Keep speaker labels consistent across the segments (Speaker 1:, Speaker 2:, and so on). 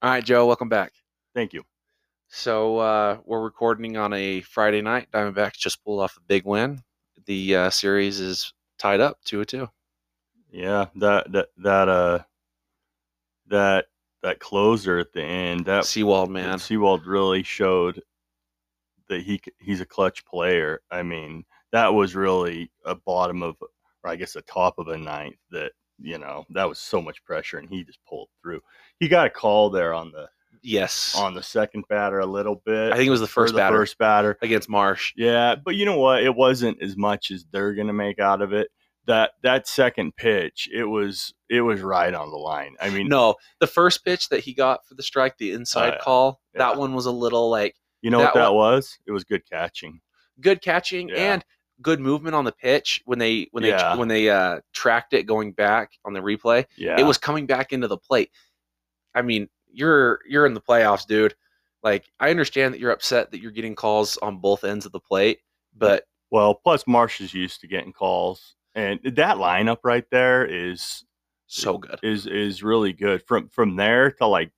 Speaker 1: All right, Joe, welcome back.
Speaker 2: Thank you.
Speaker 1: So uh, we're recording on a Friday night. Diamondbacks just pulled off a big win. The uh, series is tied up two to two.
Speaker 2: Yeah, that that that uh that that closer at the end that
Speaker 1: Seawald man,
Speaker 2: Seawald really showed that he c- he's a clutch player. I mean, that was really a bottom of, or I guess a top of a ninth. That you know that was so much pressure, and he just pulled through. He got a call there on the
Speaker 1: yes,
Speaker 2: on the second batter a little bit.
Speaker 1: I think it was the
Speaker 2: or
Speaker 1: first batter
Speaker 2: first batter.
Speaker 1: against Marsh.
Speaker 2: Yeah, but you know what? It wasn't as much as they're gonna make out of it. That that second pitch, it was it was right on the line. I mean,
Speaker 1: No, the first pitch that he got for the strike, the inside
Speaker 2: Oh, yeah.
Speaker 1: call, that
Speaker 2: Yeah.
Speaker 1: one was a little like
Speaker 2: you know
Speaker 1: that
Speaker 2: what that was? It was good catching.
Speaker 1: good catching
Speaker 2: Yeah.
Speaker 1: and good movement on the pitch when they when they
Speaker 2: Yeah.
Speaker 1: when they uh, tracked it going back on the replay.
Speaker 2: Yeah,
Speaker 1: It was coming back into the plate. I mean, you're you're in the playoffs, dude. Like I understand that you're upset that you're getting calls on both ends of the plate, but
Speaker 2: well. Plus, Marsh is used to getting calls, and that lineup right there is
Speaker 1: so good.
Speaker 2: is is really good. From from there to like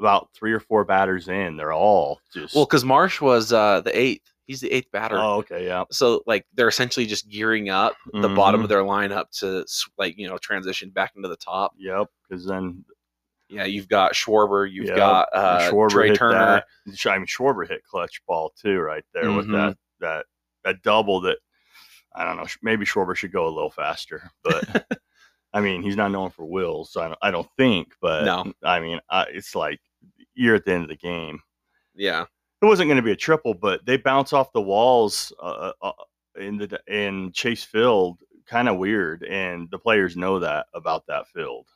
Speaker 2: about three or four batters in, they're all just
Speaker 1: Well, because Marsh was uh, the eighth. He's the eighth batter.
Speaker 2: oh okay yeah
Speaker 1: So like they're essentially just gearing up the bottom
Speaker 2: Mhm.
Speaker 1: of their lineup to s- like you know transition back into the top.
Speaker 2: yep because then
Speaker 1: Yeah, you've got Schwarber, you've
Speaker 2: Yeah,
Speaker 1: got uh,
Speaker 2: Schwarber
Speaker 1: Trey
Speaker 2: hit
Speaker 1: Turner.
Speaker 2: that. Sh- I mean, Schwarber hit clutch ball too, right there with
Speaker 1: Mhm.
Speaker 2: that that that double that I don't know. sh- Maybe Schwarber should go a little faster, but I mean, he's not known for wills, so I don't, I don't think. But
Speaker 1: No.
Speaker 2: I mean, I, it's like you're at the end of the game.
Speaker 1: Yeah,
Speaker 2: It wasn't going to be a triple, but they bounce off the walls uh, uh, in the in Chase Field, kind of weird, and the players know that about that field.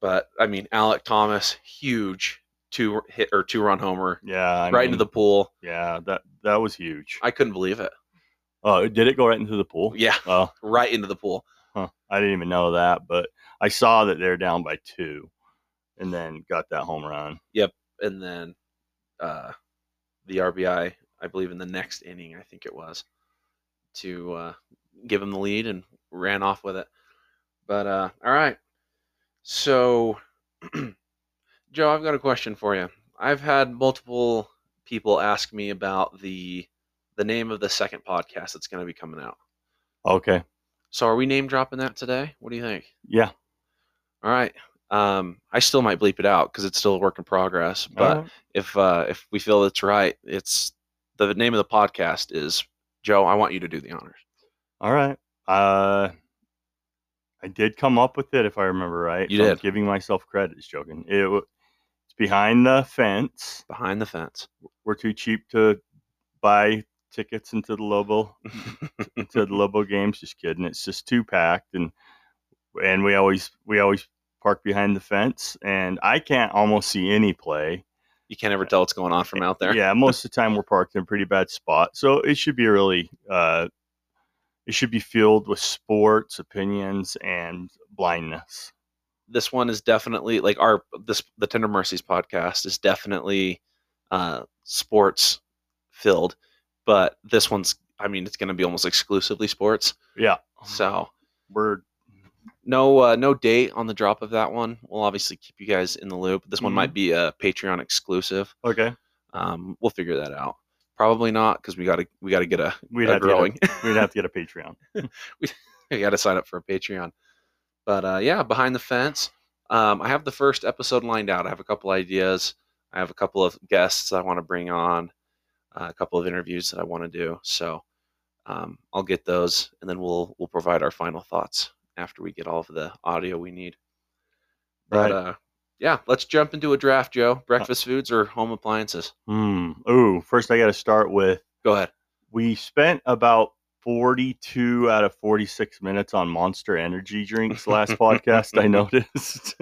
Speaker 1: but I mean Alec Thomas, huge two hit or two run homer
Speaker 2: Yeah, I
Speaker 1: right into
Speaker 2: mean,
Speaker 1: the pool.
Speaker 2: yeah that that was huge.
Speaker 1: I couldn't believe it.
Speaker 2: Oh, did it go right into the pool?
Speaker 1: Yeah,
Speaker 2: Oh,
Speaker 1: right into the pool.
Speaker 2: Huh. I didn't even know that, but I saw that they're down by two, and then got that home run.
Speaker 1: and then uh, the RBI, I believe, in the next inning, I think it was, to uh, give him the lead and ran off with it. But uh, all right, so Joe, I've got a question for you. I've had multiple people ask me about the the name of the second podcast that's going to be coming out.
Speaker 2: Okay,
Speaker 1: So, are we name dropping that today? What do you think?
Speaker 2: yeah,
Speaker 1: All right. Um, I still might bleep it out because it's still a work in progress. But
Speaker 2: All right.
Speaker 1: if uh, if we feel it's right, it's the name of the podcast is Joe. I want you to do the honors.
Speaker 2: all right. Uh, I did come up with it, if I remember right.
Speaker 1: You
Speaker 2: so I'm
Speaker 1: did.
Speaker 2: giving myself credit. Is joking. It, w- it's behind the fence.
Speaker 1: Behind the fence.
Speaker 2: We're too cheap to buy tickets into the Lobo to the Lobo games. Just kidding. It's just too packed, and and we always we always park behind the fence, and I can't almost see any play.
Speaker 1: you can't ever tell what's going on from out there.
Speaker 2: Yeah, most of the time we're parked in a pretty bad spot, so it should be really uh, it should be filled with sports opinions and blindness.
Speaker 1: This one is definitely like our this the Tender Mercies podcast is definitely uh, sports filled, but this one's I mean it's going to be almost exclusively sports.
Speaker 2: Yeah,
Speaker 1: So
Speaker 2: we're
Speaker 1: no uh, no date on the drop of that one. We'll obviously keep you guys in the loop. This one
Speaker 2: Mhm.
Speaker 1: might be a Patreon exclusive.
Speaker 2: okay.
Speaker 1: Um, we'll figure that out. Probably not because we gotta we gotta get a
Speaker 2: We'd
Speaker 1: a
Speaker 2: have, to
Speaker 1: growing.
Speaker 2: get a, we'd have to get a Patreon.
Speaker 1: we gotta sign up for a Patreon. But uh, yeah, behind the fence. Um, I have the first episode lined out. I have a couple ideas. I have a couple of guests I want to bring on, uh, a couple of interviews that I want to do. So um, I'll get those, and then we'll we'll provide our final thoughts after we get all of the audio we need. But
Speaker 2: Right. Uh,
Speaker 1: uh, yeah, let's jump into a draft, Joe. Breakfast foods or home appliances?
Speaker 2: Hmm. Ooh. First, I got to start with
Speaker 1: Go ahead.
Speaker 2: we spent about 42 out of 46 minutes on monster energy drinks last podcast i noticed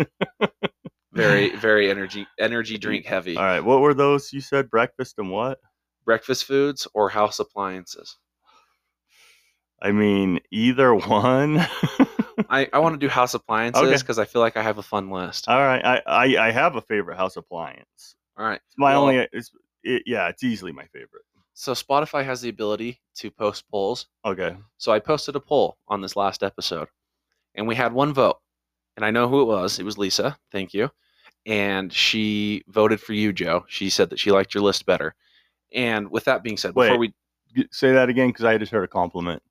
Speaker 1: Very very energy energy drink heavy.
Speaker 2: all right what were those you said breakfast and what
Speaker 1: breakfast foods or house appliances.
Speaker 2: i mean either one
Speaker 1: I, I want to do house appliances
Speaker 2: Okay. Uh
Speaker 1: because I feel like I have a fun list.
Speaker 2: all right I, I i have a favorite house appliance
Speaker 1: All right.
Speaker 2: it's my
Speaker 1: Well-
Speaker 2: only it's it, yeah it's easily my favorite
Speaker 1: So Spotify has the ability to post polls.
Speaker 2: okay
Speaker 1: So I posted a poll on this last episode and we had one vote. And I know who it was. It was Lisa. Thank you. and she voted for you, Joe. She said that she liked your list better. And with that being said, before
Speaker 2: Wait.
Speaker 1: we
Speaker 2: G- Say that again because I just heard a compliment.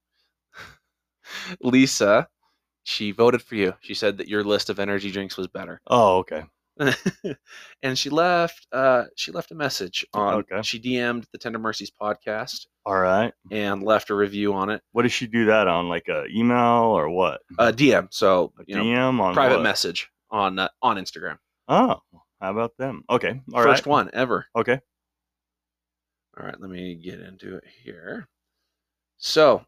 Speaker 1: Lisa, she voted for you. She said that your list of energy drinks was better.
Speaker 2: Oh, okay.
Speaker 1: and she left uh she left a message on
Speaker 2: Okay. Mm-hmm.
Speaker 1: she DM'd the Tender Mercies podcast
Speaker 2: All right.
Speaker 1: and left a review on it.
Speaker 2: What does she do that on? Like a email or what?
Speaker 1: Uh DM, so
Speaker 2: Mm-hmm. A
Speaker 1: you know,
Speaker 2: DM on
Speaker 1: private
Speaker 2: what?
Speaker 1: message on uh, on Instagram.
Speaker 2: Oh, how about them? Okay. all right.
Speaker 1: First one ever.
Speaker 2: Okay.
Speaker 1: All right, let me get into it here. So,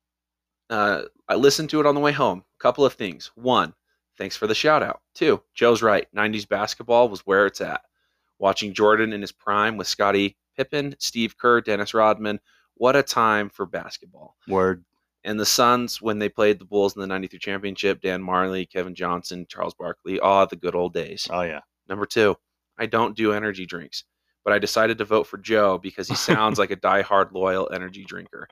Speaker 1: uh, I listened to it on the way home. Couple of things. One, thanks for the shout out. Two, Joe's right. 90s basketball was where it's at. Watching Jordan in his prime with Scottie Pippen, Steve Kerr, Dennis Rodman. What a time for basketball.
Speaker 2: Word.
Speaker 1: And the Suns, when they played the Bulls in the 93 championship, Dan Marley, Kevin Johnson, Charles Barkley. Ah, the good old days.
Speaker 2: Oh yeah.
Speaker 1: Number two, I don't do energy drinks, but I decided to vote for Joe because he sounds like a diehard loyal energy drinker.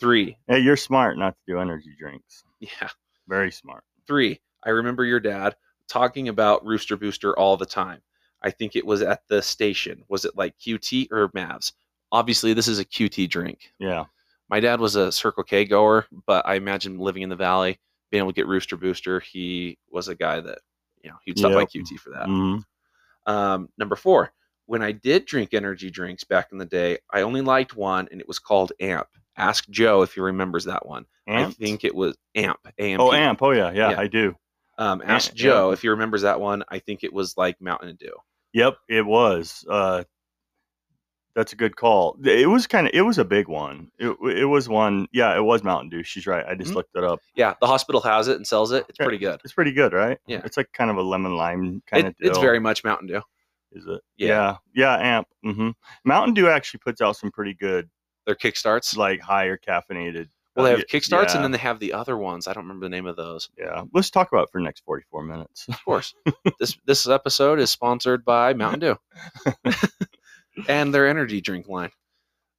Speaker 1: Three,
Speaker 2: Hey, you're smart not to do energy drinks.
Speaker 1: yeah,
Speaker 2: Very smart.
Speaker 1: three, I remember your dad talking about Rooster Booster all the time. I think it was at the station. Was it like QT or Mavs? Obviously, this is a QT drink.
Speaker 2: Yeah.
Speaker 1: My dad was a Circle K goer, but I imagine living in the valley, being able to get Rooster Booster, he was a guy that, you know, he'd stop by
Speaker 2: Yep.
Speaker 1: QT for that.
Speaker 2: hmm
Speaker 1: Um, number four, when I did drink energy drinks back in the day, I only liked one, and it was called Amp. Ask Joe if he remembers that one. I
Speaker 2: Amp?
Speaker 1: think it was Amp. AMP.
Speaker 2: Oh, amp. Oh yeah, yeah.
Speaker 1: Yeah.
Speaker 2: I do.
Speaker 1: Um, ask
Speaker 2: Amp,
Speaker 1: Joe if he remembers that one. I think it was like Mountain Dew.
Speaker 2: Yep, it was. Uh, that's a good call. It was kind of. It was a big one. It, it was one. Yeah, it was Mountain Dew. She's right. I just
Speaker 1: Mhm.
Speaker 2: looked it up.
Speaker 1: Yeah, the hospital has it and sells it. It's
Speaker 2: Okay.
Speaker 1: pretty good.
Speaker 2: It's pretty good, right?
Speaker 1: Yeah.
Speaker 2: It's like kind of a lemon lime kind
Speaker 1: It,
Speaker 2: of. Deal.
Speaker 1: it's very much Mountain Dew.
Speaker 2: Is it?
Speaker 1: Yeah.
Speaker 2: Yeah. Yeah. amp. hmm Mountain Dew actually puts out some pretty good,
Speaker 1: They're kickstarts.
Speaker 2: like higher caffeinated.
Speaker 1: Well, they
Speaker 2: uh,
Speaker 1: have kickstarts,
Speaker 2: yeah,
Speaker 1: and then they have the other ones. I don't remember the name of those.
Speaker 2: yeah. Let's talk about it for the next forty-four minutes.
Speaker 1: Of course, this this episode is sponsored by Mountain Dew. and their energy drink line.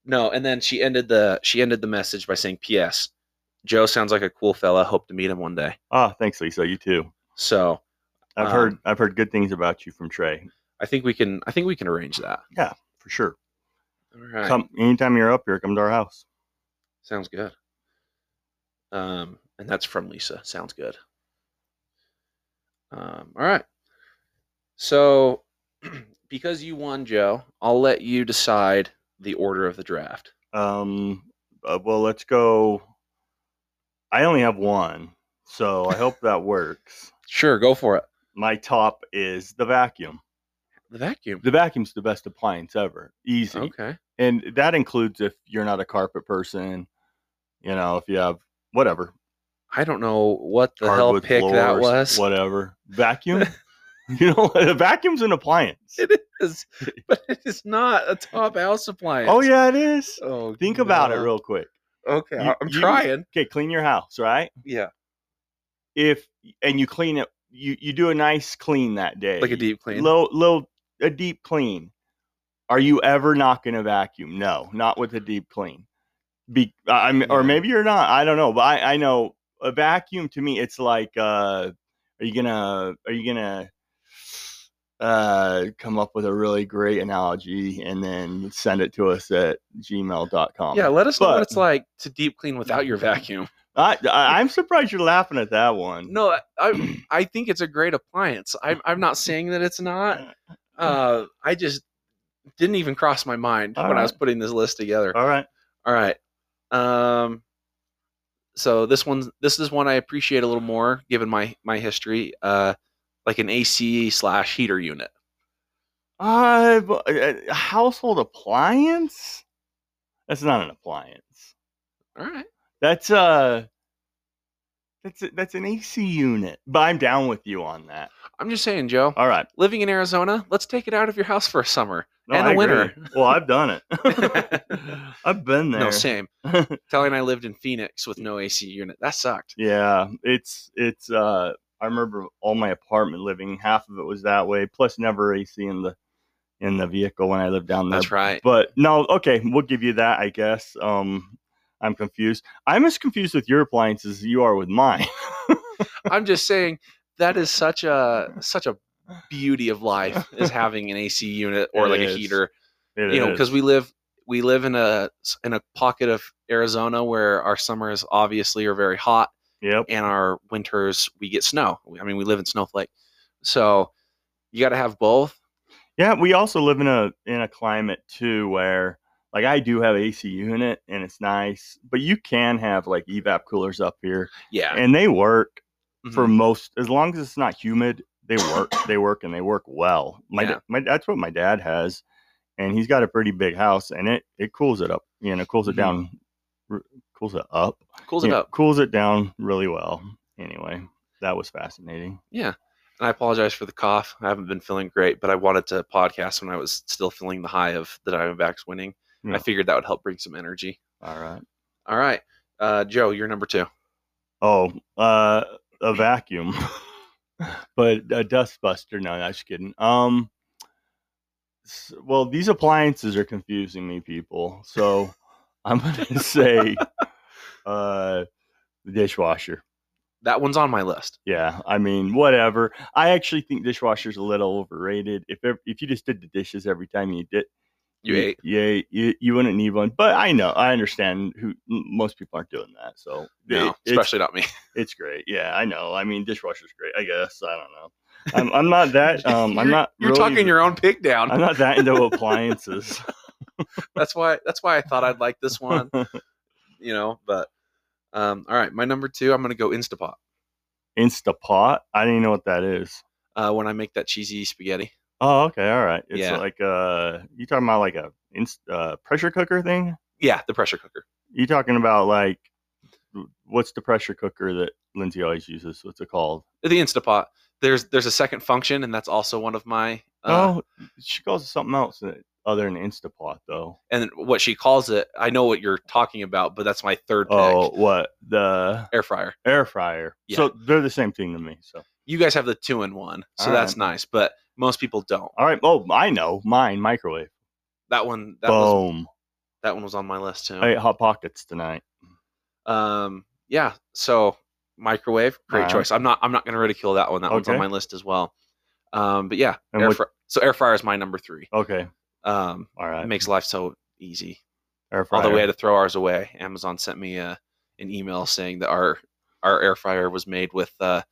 Speaker 1: No, and then she ended the she ended the message by saying, "P.S. Joe sounds like a cool fella. Hope to meet him one day."
Speaker 2: Ah, thanks, Lisa. You too.
Speaker 1: So
Speaker 2: I've
Speaker 1: Um,
Speaker 2: heard. I've heard good things about you from Trey
Speaker 1: I think we can I think we can arrange that.
Speaker 2: for sure.
Speaker 1: All right,
Speaker 2: Come anytime you're up here, come to our house.
Speaker 1: sounds good. Um, and that's from Lisa. Sounds good. Um, all right. So because you won, Joe, I'll let you decide the order of the draft.
Speaker 2: Um, uh, well, let's go. I only have one, so I hope that works.
Speaker 1: Sure, go for it.
Speaker 2: My top is the vacuum.
Speaker 1: The vacuum.
Speaker 2: The vacuum's the best appliance ever. Easy.
Speaker 1: Okay.
Speaker 2: And that includes if you're not a carpet person, you know, if you have whatever,
Speaker 1: I don't know what the hell pick that
Speaker 2: floors,
Speaker 1: was.
Speaker 2: whatever. Vacuum. you know, a vacuum's an appliance.
Speaker 1: It is, but it is not a top house appliance.
Speaker 2: Oh, yeah, it is.
Speaker 1: Oh,
Speaker 2: Think about it
Speaker 1: no.
Speaker 2: real quick.
Speaker 1: Okay,
Speaker 2: You-
Speaker 1: I- I'm
Speaker 2: you-
Speaker 1: trying.
Speaker 2: Okay, clean your house, right?
Speaker 1: Yeah,
Speaker 2: If and you clean it, you you do a nice clean that day,
Speaker 1: like a deep clean.
Speaker 2: Low, low, a deep clean. Are you ever knocking a vacuum? No, not with a deep clean. Be, I- I'm,
Speaker 1: Yeah.
Speaker 2: or maybe you're not. I don't know, but I, I know a vacuum to me. It's like, uh, are you gonna, are you gonna, uh, come up with a really great analogy and then send it to us at gmail.com?
Speaker 1: yeah, let us know what
Speaker 2: but-
Speaker 1: it's like to deep clean without your vacuum.
Speaker 2: I, I, I'm surprised you're laughing at that one.
Speaker 1: No, I- I I think it's a great appliance. I'm I'm not saying that it's not. Uh, I just didn't even cross my mind
Speaker 2: All
Speaker 1: when I was
Speaker 2: right.
Speaker 1: putting this list together.
Speaker 2: All right.
Speaker 1: All right. Um so this one's this is one I appreciate a little more given my my history. Uh like an AC slash heater unit.
Speaker 2: Uh, but, uh, a household appliance? That's not an appliance.
Speaker 1: All right.
Speaker 2: That's uh that's a, that's an AC unit. But I'm down with you on that.
Speaker 1: I'm just saying, Joe.
Speaker 2: All right.
Speaker 1: Living in Arizona, let's take it out of your house for a summer.
Speaker 2: No,
Speaker 1: And a
Speaker 2: I agree.
Speaker 1: winner.
Speaker 2: Well, I've done it. I've been there.
Speaker 1: No, same. Telly and I lived in Phoenix with no AC unit. That sucked.
Speaker 2: yeah, it's it's uh I remember all my apartment living, half of it was that way, plus never AC in the in the vehicle when I lived down there.
Speaker 1: That's right.
Speaker 2: But no, okay, we'll give you that, I guess. Um I'm confused. I'm as confused with your appliances as you are with mine.
Speaker 1: I'm just saying that is such a such a beauty of life is having an AC unit or
Speaker 2: It
Speaker 1: like
Speaker 2: is.
Speaker 1: a heater.
Speaker 2: It
Speaker 1: you know,
Speaker 2: is.
Speaker 1: because we live we live in a in a pocket of Arizona where our summers obviously are very hot
Speaker 2: yep,
Speaker 1: and our winters we get snow. I mean, we live in Snowflake, so you got to have both.
Speaker 2: yeah. We also live in a in a climate too where like I do have AC unit and it's nice, but you can have like E evap coolers up here
Speaker 1: Yeah,
Speaker 2: and they work for
Speaker 1: Mhm.
Speaker 2: most as long as it's not humid. They work. they work and they work well. My
Speaker 1: Yeah.
Speaker 2: da- my that's what my dad has, and he's got a pretty big house and it it cools it up. You know, cools it
Speaker 1: Mhm.
Speaker 2: down, r- cools it up.
Speaker 1: cools
Speaker 2: Yeah,
Speaker 1: it up.
Speaker 2: Cools it down really well. Anyway, that was fascinating.
Speaker 1: And I apologize for the cough. I haven't been feeling great, but I wanted to podcast when I was still feeling the high of the Diamondbacks winning.
Speaker 2: Yeah.
Speaker 1: I figured that would help bring some energy.
Speaker 2: All right.
Speaker 1: All right, uh, Joe, you're number two.
Speaker 2: Oh, uh, a vacuum, but a dustbuster. No, I'm just kidding. Um, s- well, these appliances are confusing me, people. So I'm gonna say, uh, the dishwasher.
Speaker 1: That one's on my list.
Speaker 2: Yeah, I mean, whatever. I actually think dishwasher's a little overrated. If ev- if you just did the dishes every time you did,
Speaker 1: You ate.
Speaker 2: yeah, you, you wouldn't need one. But I know, I understand who m- most people aren't doing that. So
Speaker 1: No,
Speaker 2: it- it's,
Speaker 1: especially not me.
Speaker 2: it's great. Yeah, I know. I mean, dishwasher's great. I guess I don't know. I'm, I'm not that. Um, I'm
Speaker 1: You're-
Speaker 2: not.
Speaker 1: You're
Speaker 2: really-
Speaker 1: talking your own pig down.
Speaker 2: I'm not that into appliances.
Speaker 1: that's why that's why I thought I'd like this one, you know, but um all right, my number 2, I'm going to go Instapot.
Speaker 2: Instapot. I didn't even know what that is.
Speaker 1: Uh when I make that cheesy spaghetti.
Speaker 2: Oh, okay, all right. It's
Speaker 1: Yeah.
Speaker 2: like uh, you talking about like a inst- uh, pressure cooker thing?
Speaker 1: Yeah, the pressure cooker.
Speaker 2: You talking about like what's the pressure cooker that Lindsay always uses? What's it called?
Speaker 1: The Instapot. There's there's a second function and that's also one of my uh,
Speaker 2: oh, she calls it something else that- other than Instapot though.
Speaker 1: and what she calls it, I know what you're talking about, but that's my third pick.
Speaker 2: Oh, what the
Speaker 1: Air fryer.
Speaker 2: air fryer?
Speaker 1: Yeah.
Speaker 2: So they're the same thing to me. So
Speaker 1: You guys have the 2 in 1, so
Speaker 2: All
Speaker 1: that's nice, but most people don't.
Speaker 2: all right. Oh, I know mine microwave.
Speaker 1: That one that was
Speaker 2: Boom.
Speaker 1: that one was on my list too.
Speaker 2: I ate hot pockets tonight.
Speaker 1: Um, yeah. So microwave, great
Speaker 2: Alright.
Speaker 1: choice. I'm not. I'm not going to ridicule that one. That one's on
Speaker 2: Uh-huh. Okay.
Speaker 1: my list as well. Um, but yeah,
Speaker 2: And
Speaker 1: air
Speaker 2: what-
Speaker 1: fry- so air fryer is my number three.
Speaker 2: Okay.
Speaker 1: Um,
Speaker 2: All right.
Speaker 1: it makes life so easy.
Speaker 2: air fryer.
Speaker 1: Although we had to throw ours away. Amazon sent me a, an email saying that our our air fryer was made with uh,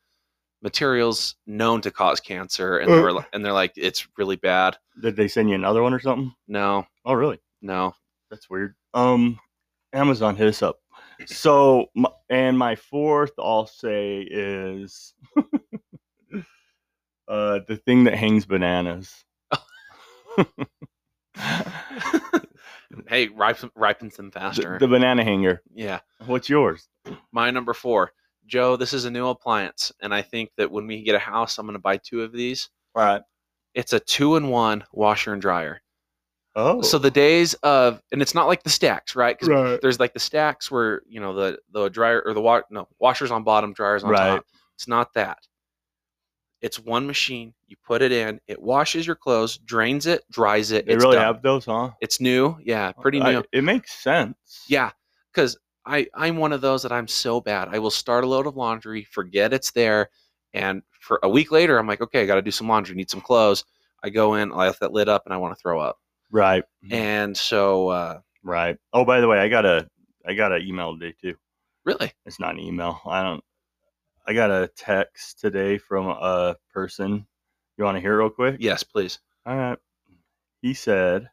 Speaker 1: materials known to cause cancer, and they
Speaker 2: Uh.
Speaker 1: were, li- and they're like, it's really bad.
Speaker 2: Did they send you another one or something?
Speaker 1: No,
Speaker 2: Oh, really?
Speaker 1: no.
Speaker 2: That's weird. Um, Amazon hit us up. So, my, and my fourth, I'll say is uh, the thing that hangs bananas. the,
Speaker 1: hey, ripen ripens them faster.
Speaker 2: Mm. the banana hanger.
Speaker 1: yeah.
Speaker 2: What's yours?
Speaker 1: My number four, Joe. This is a new appliance, and I think that when we get a house, I'm going to buy two of these.
Speaker 2: All right.
Speaker 1: It's a two-in-one washer and dryer.
Speaker 2: Oh,
Speaker 1: So the days of, and it's not like the stacks, right? 'Cause
Speaker 2: right.
Speaker 1: there's like the stacks where you know the the dryer or the wa- no washers on bottom, dryers on
Speaker 2: Right.
Speaker 1: top. It's not that. It's one machine. You put it in. It washes your clothes, drains it, dries it.
Speaker 2: They
Speaker 1: it's
Speaker 2: really
Speaker 1: done.
Speaker 2: have those, huh?
Speaker 1: It's new. Yeah, pretty
Speaker 2: I-
Speaker 1: new.
Speaker 2: it makes sense.
Speaker 1: Yeah, because I I'm one of those that I'm so bad. I will start a load of laundry, forget it's there, and for a week later, I'm like, okay, I got to do some laundry, need some clothes. I go in, I left that lid up, and I want to throw up.
Speaker 2: Right.
Speaker 1: And so, uh,
Speaker 2: Right. Oh, by the way, I got a I got an email today too.
Speaker 1: really,
Speaker 2: It's not an email. I don't. I got a text today from a person. You want to hear it real quick?
Speaker 1: yes, please.
Speaker 2: All right. Uh, He said,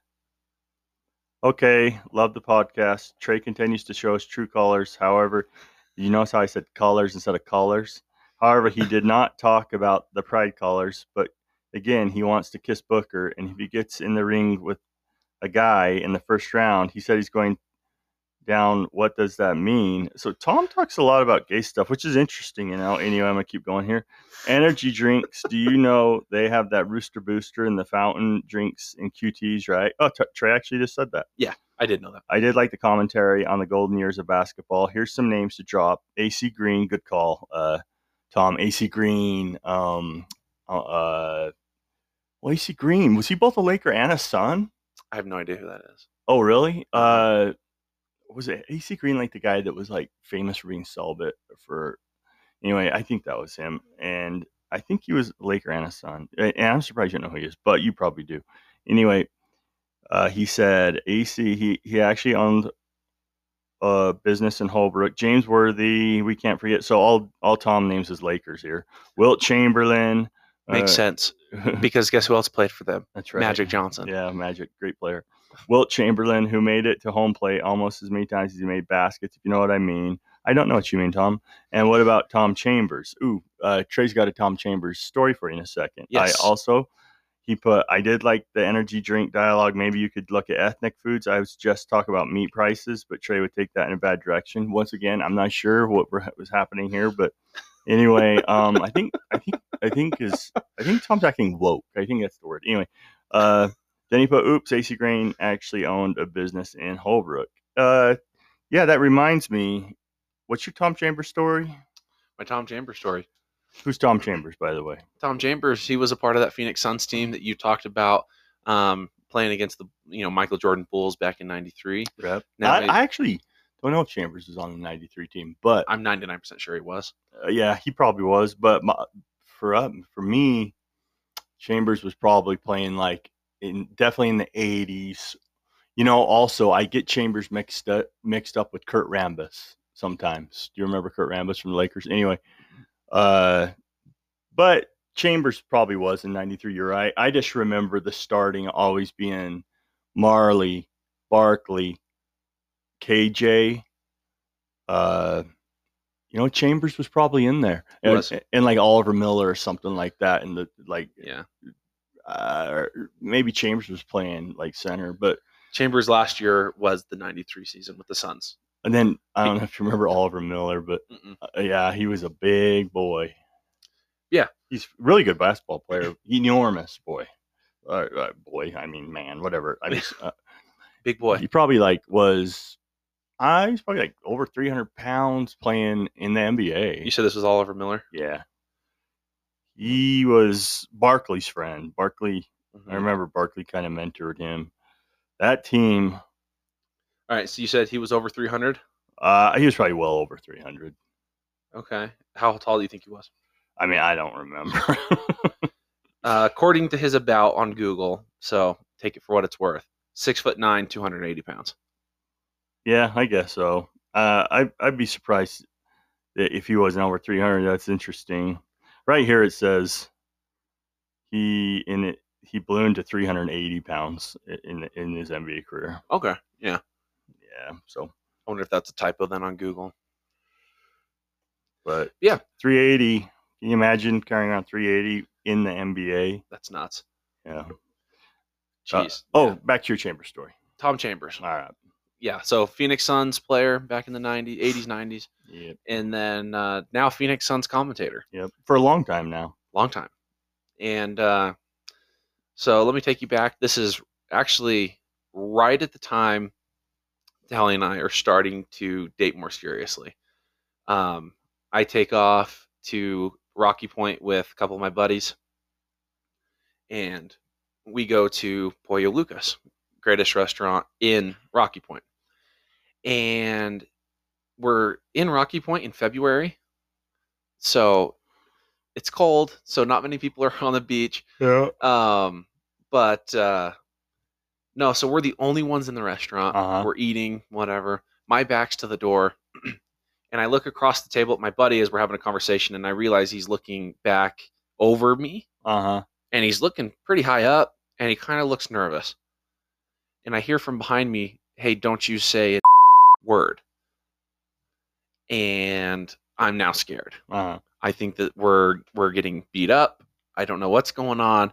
Speaker 2: "Okay, love the podcast. Trey continues to show us true colors. However, you notice how I said colors instead of collars. However, he did not talk about the pride collars, but again, he wants to kiss Booker, and if he gets in the ring with a guy in the first round, he said he's going." Down, what does that mean? So, Tom talks a lot about gay stuff, which is interesting. You know, anyway, I'm gonna keep going here energy drinks. Do you know they have that Rooster Booster and the fountain drinks and QTs, right? Oh, T- Trey actually just said that.
Speaker 1: I did know that.
Speaker 2: I did like the commentary on the golden years of basketball. Here's some names to drop: AC Green, good call, uh, Tom. AC Green, um, uh, uh, well, AC Green was he both a Laker and a Sun?
Speaker 1: I have no idea who that is.
Speaker 2: Oh, really? Uh, was it AC Green like the guy that was like famous for being celibate for? Anyway, I think that was him. And I think he was Laker Anison, and I'm surprised you don't know who he is, but you probably do. Anyway, uh, he said AC. He he actually owned a business in Holbrook. James Worthy, we can't forget. So all all Tom names is Lakers here. Wilt Chamberlain
Speaker 1: Makes sense
Speaker 2: sense.
Speaker 1: because guess who else played for them?
Speaker 2: that's right.
Speaker 1: Magic Johnson.
Speaker 2: Yeah, Magic, great player. Wilt Chamberlain, who made it to home plate almost as many times as he made baskets, if you know what I mean. I don't know what you mean, Tom. And what about Tom Chambers? Ooh, uh, Trey's got a Tom Chambers story for you in a second.
Speaker 1: Yes.
Speaker 2: I also, he put, I did like the energy drink dialogue. Maybe you could look at ethnic foods. I was just talking about meat prices, but Trey would take that in a bad direction. Once again, I'm not sure what were- was happening here, but anyway, um, I think, I think, I think is, I think Tom's acting woke. I think that's the word. Anyway, uh, then he put, oops, AC Green actually owned a business in Holbrook. Uh, yeah, that reminds me. What's your Tom Chambers story?
Speaker 1: My Tom Chambers story.
Speaker 2: Who's Tom Chambers, by the way?
Speaker 1: Tom Chambers, he was a part of that Phoenix Suns team that you talked about um, playing against the you know Michael Jordan Bulls back in '93.
Speaker 2: Rep.
Speaker 1: Now
Speaker 2: I,
Speaker 1: it-
Speaker 2: I actually don't know if Chambers was on the 93 team, but
Speaker 1: I'm 99% sure he was.
Speaker 2: uh, yeah, he probably was. But my, for uh, for me, Chambers was probably playing like in definitely in the 80s. You know, also I get Chambers mixed up mixed up with Kurt Rambis sometimes. Do you remember Kurt Rambis from the Lakers? Anyway, uh, but Chambers probably was in '93. You're right. I just remember the starting always being Marley, Barkley, KJ. Uh, you know, Chambers was probably in there,
Speaker 1: He
Speaker 2: and,
Speaker 1: was.
Speaker 2: and like Oliver Miller or something like that. And the like,
Speaker 1: Yeah.
Speaker 2: uh, or maybe Chambers was playing like center, but
Speaker 1: Chambers last year was the 93 season with the Suns.
Speaker 2: and then I don't know if you remember Oliver Miller, but
Speaker 1: Mm-mm.
Speaker 2: uh, yeah, he was a big boy.
Speaker 1: Yeah.
Speaker 2: he's a really good basketball player, enormous boy. Uh, uh, boy, I mean man, whatever. I mean, uh,
Speaker 1: Big boy.
Speaker 2: he probably like was. I was probably like over 300 pounds playing in the NBA.
Speaker 1: You said this was Oliver Miller?
Speaker 2: Yeah. He was Barkley's friend. Barkley, I
Speaker 1: Mhm.
Speaker 2: remember Barkley kind of mentored him. That team,
Speaker 1: All right, so you said he was over 300?
Speaker 2: uh, he was probably well over 300.
Speaker 1: Okay. How tall do you think he was?
Speaker 2: I mean, I don't remember.
Speaker 1: Uh, according to his about on Google, so take it for what it's worth. Six foot nine, 280 pounds.
Speaker 2: yeah, I guess so. Uh, I, I'd be surprised i- if he wasn't over 300. That's interesting. Right here it says he in it he ballooned to 380 pounds i- in in his NBA career.
Speaker 1: Okay. Yeah.
Speaker 2: Yeah, so
Speaker 1: I wonder if that's a typo then on Google.
Speaker 2: But
Speaker 1: Yeah.
Speaker 2: 380. Can you imagine carrying around 380 in the NBA?
Speaker 1: That's nuts.
Speaker 2: Yeah. Uh,
Speaker 1: Jeez.
Speaker 2: oh,
Speaker 1: Yeah.
Speaker 2: back to your chamber story.
Speaker 1: Tom Chambers.
Speaker 2: All right.
Speaker 1: Yeah. So Phoenix Suns player back in the 90s, 80s, 90s.
Speaker 2: Yep.
Speaker 1: And then uh, now Phoenix Suns commentator.
Speaker 2: Yep. For a long time now.
Speaker 1: long time. And uh, so let me take you back. This is actually right at the time Tally and I are starting to date more seriously. Um, I take off to Rocky Point with a couple of my buddies, and we go to Pollo Lucas, greatest restaurant in Rocky Point. And we're in Rocky Point in February. So it's cold, so not many people are on the beach.
Speaker 2: Yeah.
Speaker 1: Um, but uh, no, so we're the only ones in the restaurant.
Speaker 2: Uh-huh.
Speaker 1: We're eating, whatever. My back's to the door, and I look across the table at my buddy as we're having a conversation, and I realize he's looking back over me,
Speaker 2: Uh huh.
Speaker 1: and he's looking pretty high up, and he kind of looks nervous. And I hear from behind me, "Hey, don't you say a word." And I'm now scared.
Speaker 2: Uh huh.
Speaker 1: I think that we're we're getting beat up. I don't know what's going on.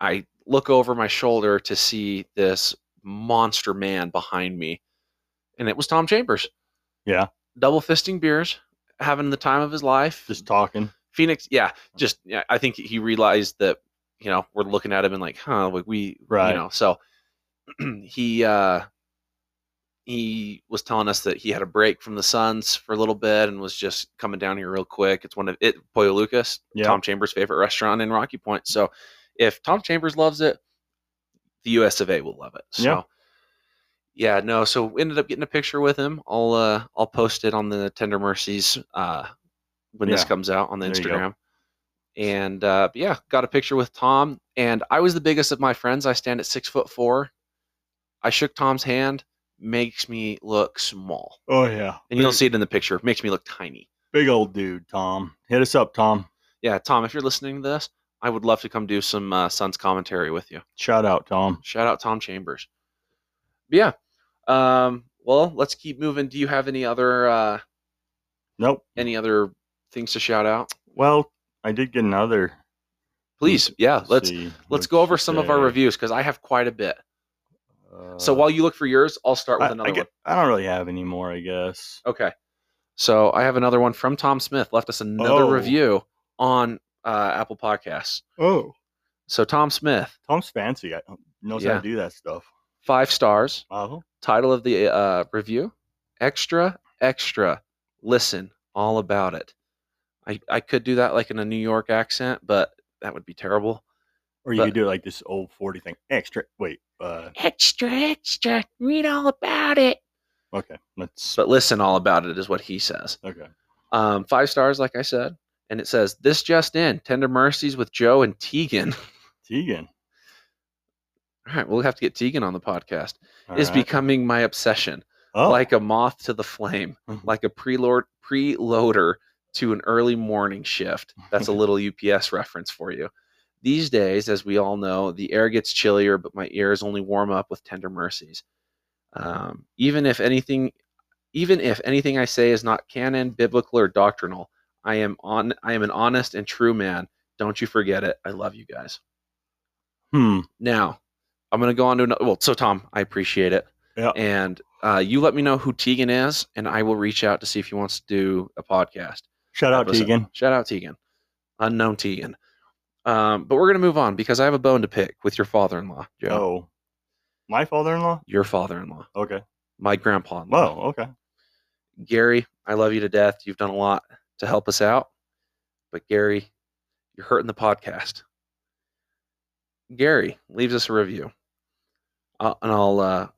Speaker 1: I look over my shoulder to see this monster man behind me, and it was Tom Chambers.
Speaker 2: Yeah.
Speaker 1: double fisting beers, having the time of his life.
Speaker 2: Just talking.
Speaker 1: Phoenix, yeah, just yeah. I think he realized that you know we're looking at him and like, huh, like we,
Speaker 2: Right.
Speaker 1: you know. So he uh he was telling us that he had a break from the Suns for a little bit and was just coming down here real quick. It's one of it Pollo Lucas,
Speaker 2: Yeah.
Speaker 1: Tom Chambers' favorite restaurant in Rocky Point. So if Tom Chambers loves it, the U.S. of A. will love it. So.
Speaker 2: Yeah.
Speaker 1: Yeah, no. So ended up getting a picture with him. I'll uh, I'll post it on the Tender Mercies uh, when this
Speaker 2: Yeah.
Speaker 1: comes out on the
Speaker 2: There you go.
Speaker 1: Instagram. And uh, but yeah, got a picture with Tom. And I was the biggest of my friends. I stand at six foot four. I shook Tom's hand. Makes me look small,
Speaker 2: Oh yeah,
Speaker 1: and you'll
Speaker 2: Big-
Speaker 1: see it in the picture. Makes me look tiny.
Speaker 2: big old dude, Tom. Hit us up, Tom.
Speaker 1: Yeah, Tom, if you're listening to this, I would love to come do some uh, Suns commentary with you.
Speaker 2: Shout out, Tom.
Speaker 1: Shout out Tom Chambers. But yeah. Um, well, let's keep moving. Do you have any other uh,
Speaker 2: Nope.
Speaker 1: any other things to shout out?
Speaker 2: Mm, Well, I did get another.
Speaker 1: Please, yeah. Uh, Let's
Speaker 2: see
Speaker 1: let's
Speaker 2: what
Speaker 1: go over
Speaker 2: she
Speaker 1: some of our
Speaker 2: said.
Speaker 1: reviews because I have quite a bit. so
Speaker 2: Uh,
Speaker 1: while you look for yours, I'll start with
Speaker 2: I,
Speaker 1: another
Speaker 2: I, get, I don't really have any more, I guess.
Speaker 1: one. Okay. So I have another one from Tom Smith. Left us another
Speaker 2: Oh.
Speaker 1: review on uh, Apple Podcasts.
Speaker 2: Oh,
Speaker 1: So Tom Smith,
Speaker 2: Tom's fancy. I um, knows how
Speaker 1: Yeah.
Speaker 2: to do that stuff.
Speaker 1: five stars.
Speaker 2: Oh,
Speaker 1: Title of the uh, review: Extra, extra. Listen, all about it. I I could do that like in a New York accent, but that would be terrible.
Speaker 2: or you
Speaker 1: But-
Speaker 2: could do it like this old forty thing. Extra. Wait. Uh.
Speaker 1: Extra, extra. Read all about it.
Speaker 2: Okay. Let's.
Speaker 1: But listen, all about it is what he says.
Speaker 2: Okay.
Speaker 1: Um, five stars, like I said. And it says, This just in Tender Mercies with Joe and Tegan.
Speaker 2: Tegan.
Speaker 1: All right, we'll have to get Tegan on the podcast.
Speaker 2: All
Speaker 1: is
Speaker 2: right.
Speaker 1: becoming my obsession,
Speaker 2: oh.
Speaker 1: like a moth to the flame, like a preload, preloader to an early morning shift. That's a little UPS reference for you. These days, as we all know, the air gets chillier, but my ears only warm up with Tender Mercies. Um, even if anything, even if anything I say is not canon, biblical, or doctrinal, I am on. I am an honest and true man. Don't you forget it. I love you guys.
Speaker 2: Hmm.
Speaker 1: Now, I'm going to go on to another. Well, so Tom, I appreciate it.
Speaker 2: Yeah.
Speaker 1: And uh, you let me know who Tegan is, and I will reach out to see if he wants to do a podcast.
Speaker 2: Shout out,
Speaker 1: episode.
Speaker 2: Tegan.
Speaker 1: Shout out Tegan, unknown Tegan. Um, but we're going to move on because I have a bone to pick with your father-in-law, Joe.
Speaker 2: Oh. My father-in-law.
Speaker 1: Your father-in-law,
Speaker 2: Okay.
Speaker 1: my grandpa-in-law,
Speaker 2: Whoa. Okay.
Speaker 1: Gary. I love you to death. You've done a lot to help us out, but Gary, you're hurting the podcast. Gary leaves us a review, uh, and I'll uh,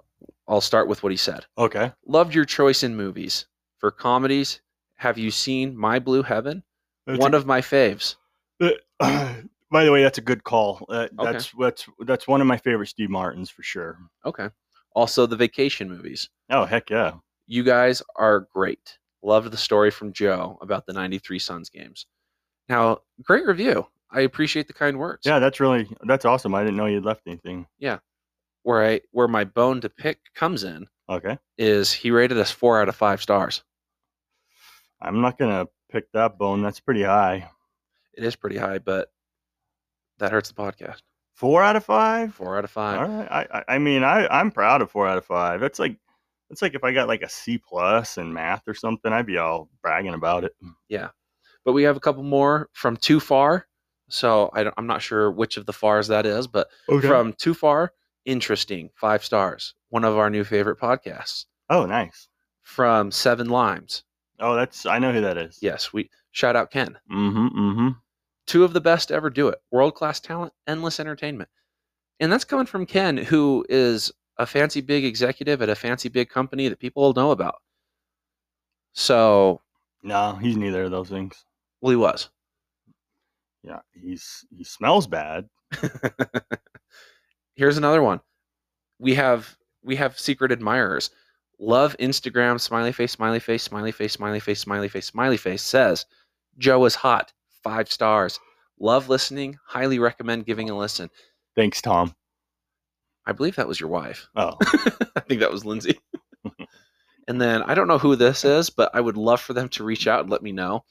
Speaker 1: I'll start with what he said.
Speaker 2: Okay.
Speaker 1: Loved your choice in movies. For comedies, have you seen My Blue Heaven?
Speaker 2: That's
Speaker 1: One
Speaker 2: a-
Speaker 1: of my faves.
Speaker 2: By the way, that's a good call. Uh, That's that's that's one of my favorite Steve Martins for sure.
Speaker 1: Okay. Also, the vacation movies.
Speaker 2: Oh heck yeah!
Speaker 1: You guys are great. Loved the story from Joe about the 93 Suns games. Now, great review. I appreciate the kind words.
Speaker 2: Yeah, that's really that's awesome. I didn't know you'd left anything.
Speaker 1: Where I where my bone to pick comes in
Speaker 2: Okay,
Speaker 1: is he rated us 4 out of 5 stars.
Speaker 2: I'm not gonna pick that bone. That's pretty high.
Speaker 1: It is pretty high, but that hurts the podcast.
Speaker 2: Four out of five.
Speaker 1: 4 out of 5.
Speaker 2: All right. I I- I mean I I'm proud of four out of five. That's like that's like if I got like a C plus in math or something, I'd be all bragging about it.
Speaker 1: but we have a couple more from too far. So I don't, I'm not sure which of the fars that is, but
Speaker 2: Okay.
Speaker 1: from too far, interesting, five stars, one of our new favorite podcasts.
Speaker 2: oh nice.
Speaker 1: From Seven Limes,
Speaker 2: Oh that's I know who that is.
Speaker 1: yes, we shout out Ken.
Speaker 2: Mm-hmm. Mm-hmm.
Speaker 1: Two of the best to ever do it, world class talent, endless entertainment, and that's coming from Ken, who is a fancy big executive at a fancy big company that people know about. So,
Speaker 2: No, he's neither of those things.
Speaker 1: well, he was.
Speaker 2: Yeah, he's he smells bad.
Speaker 1: here's another one. We have we have secret admirers. Love Instagram smiley face smiley face smiley face smiley face smiley face smiley face says Joe is hot. 5 stars. Love listening. Highly recommend giving a listen.
Speaker 2: Thanks, Tom.
Speaker 1: I believe that was your wife.
Speaker 2: Oh,
Speaker 1: I think that was Lindsay. and then I don't know who this is, but I would love for them to reach out and let me know.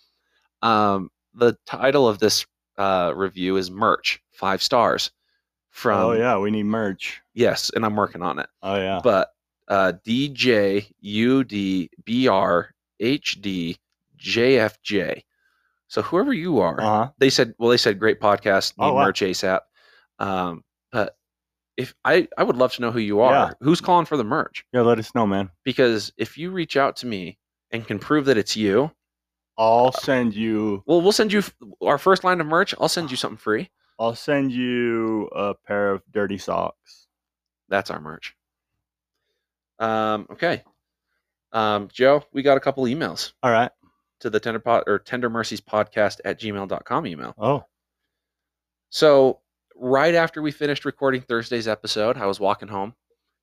Speaker 1: Um, the title of this uh, review is merch. 5 stars from
Speaker 2: oh yeah, we need merch.
Speaker 1: Yes, and I'm working on it.
Speaker 2: Oh yeah.
Speaker 1: but uh, DJUDBRHDJFJ. So whoever you are,
Speaker 2: Uh huh.
Speaker 1: they said, well, they said great podcast, need
Speaker 2: Oh, wow.
Speaker 1: merch ASAP. Um, but if I, I would love to know who you are,
Speaker 2: Yeah.
Speaker 1: who's calling for the merch?
Speaker 2: Yeah, let us know, man.
Speaker 1: Because if you reach out to me and can prove that it's you,
Speaker 2: I'll send you.
Speaker 1: well, we'll send you f- our first line of merch. I'll send you something free.
Speaker 2: I'll send you a pair of dirty socks.
Speaker 1: That's our merch. Um, okay. Um, Joe, we got a couple emails.
Speaker 2: All right.
Speaker 1: to the tender pot or tender mercies podcast at gmail.com email
Speaker 2: Oh,
Speaker 1: So, right after we finished recording Thursday's episode, I was walking home.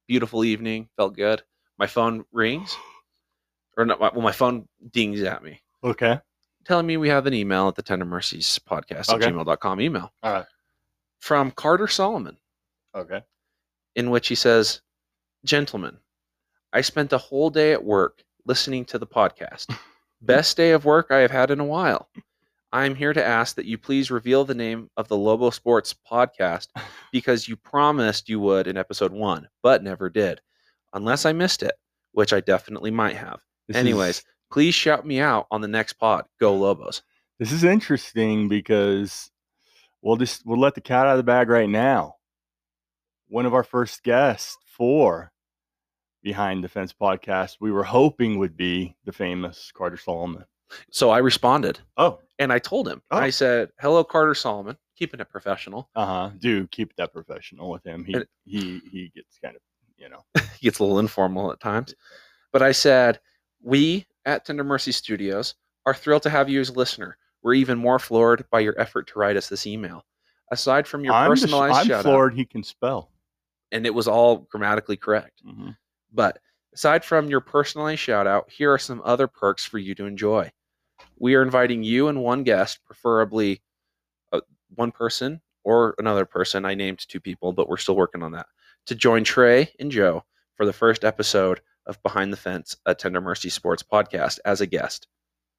Speaker 1: Beautiful evening, felt good. My phone rings, or not, well, my phone dings at me,
Speaker 2: Okay.
Speaker 1: telling me we have an email at the Tender Mercies podcast
Speaker 2: Okay.
Speaker 1: at gmail.com email
Speaker 2: All right.
Speaker 1: from Carter Solomon,
Speaker 2: Okay.
Speaker 1: in which he says, Gentlemen, I spent a whole day at work listening to the podcast. Best day of work I have had in a while. I am here to ask that you please reveal the name of the Lobo Sports podcast because you promised you would in episode one, but never did, unless I missed it, which I definitely might have.
Speaker 2: This
Speaker 1: Anyways,
Speaker 2: is-
Speaker 1: please shout me out on the next pod. Go Lobos.
Speaker 2: this is interesting because we'll just we'll let the cat out of the bag right now. One of our first guests for Behind the Fence podcast, we were hoping would be the famous Carter Solomon.
Speaker 1: So I responded
Speaker 2: Oh,
Speaker 1: and I told him,
Speaker 2: Oh.
Speaker 1: I said, Hello, Carter Solomon, keeping it professional.
Speaker 2: uh huh. Do keep that professional with him. He
Speaker 1: And-
Speaker 2: he he gets kind of you know.
Speaker 1: He gets a little informal at times. But I said, We at Tender Mercy Studios are thrilled to have you as a listener. We're even more floored by your effort to write us this email. Aside from your
Speaker 2: I'm just-
Speaker 1: personalized
Speaker 2: I'm
Speaker 1: shout out,
Speaker 2: floored he can spell.
Speaker 1: and it was all grammatically correct.
Speaker 2: Mhm.
Speaker 1: But aside from your personalized shout out, here are some other perks for you to enjoy. We are inviting you and one guest, preferably uh, one person or another person. I named two people, but we're still working on that, to join Trey and Joe for the first episode of Behind the Fence, a Tender Mercy Sports podcast as a guest.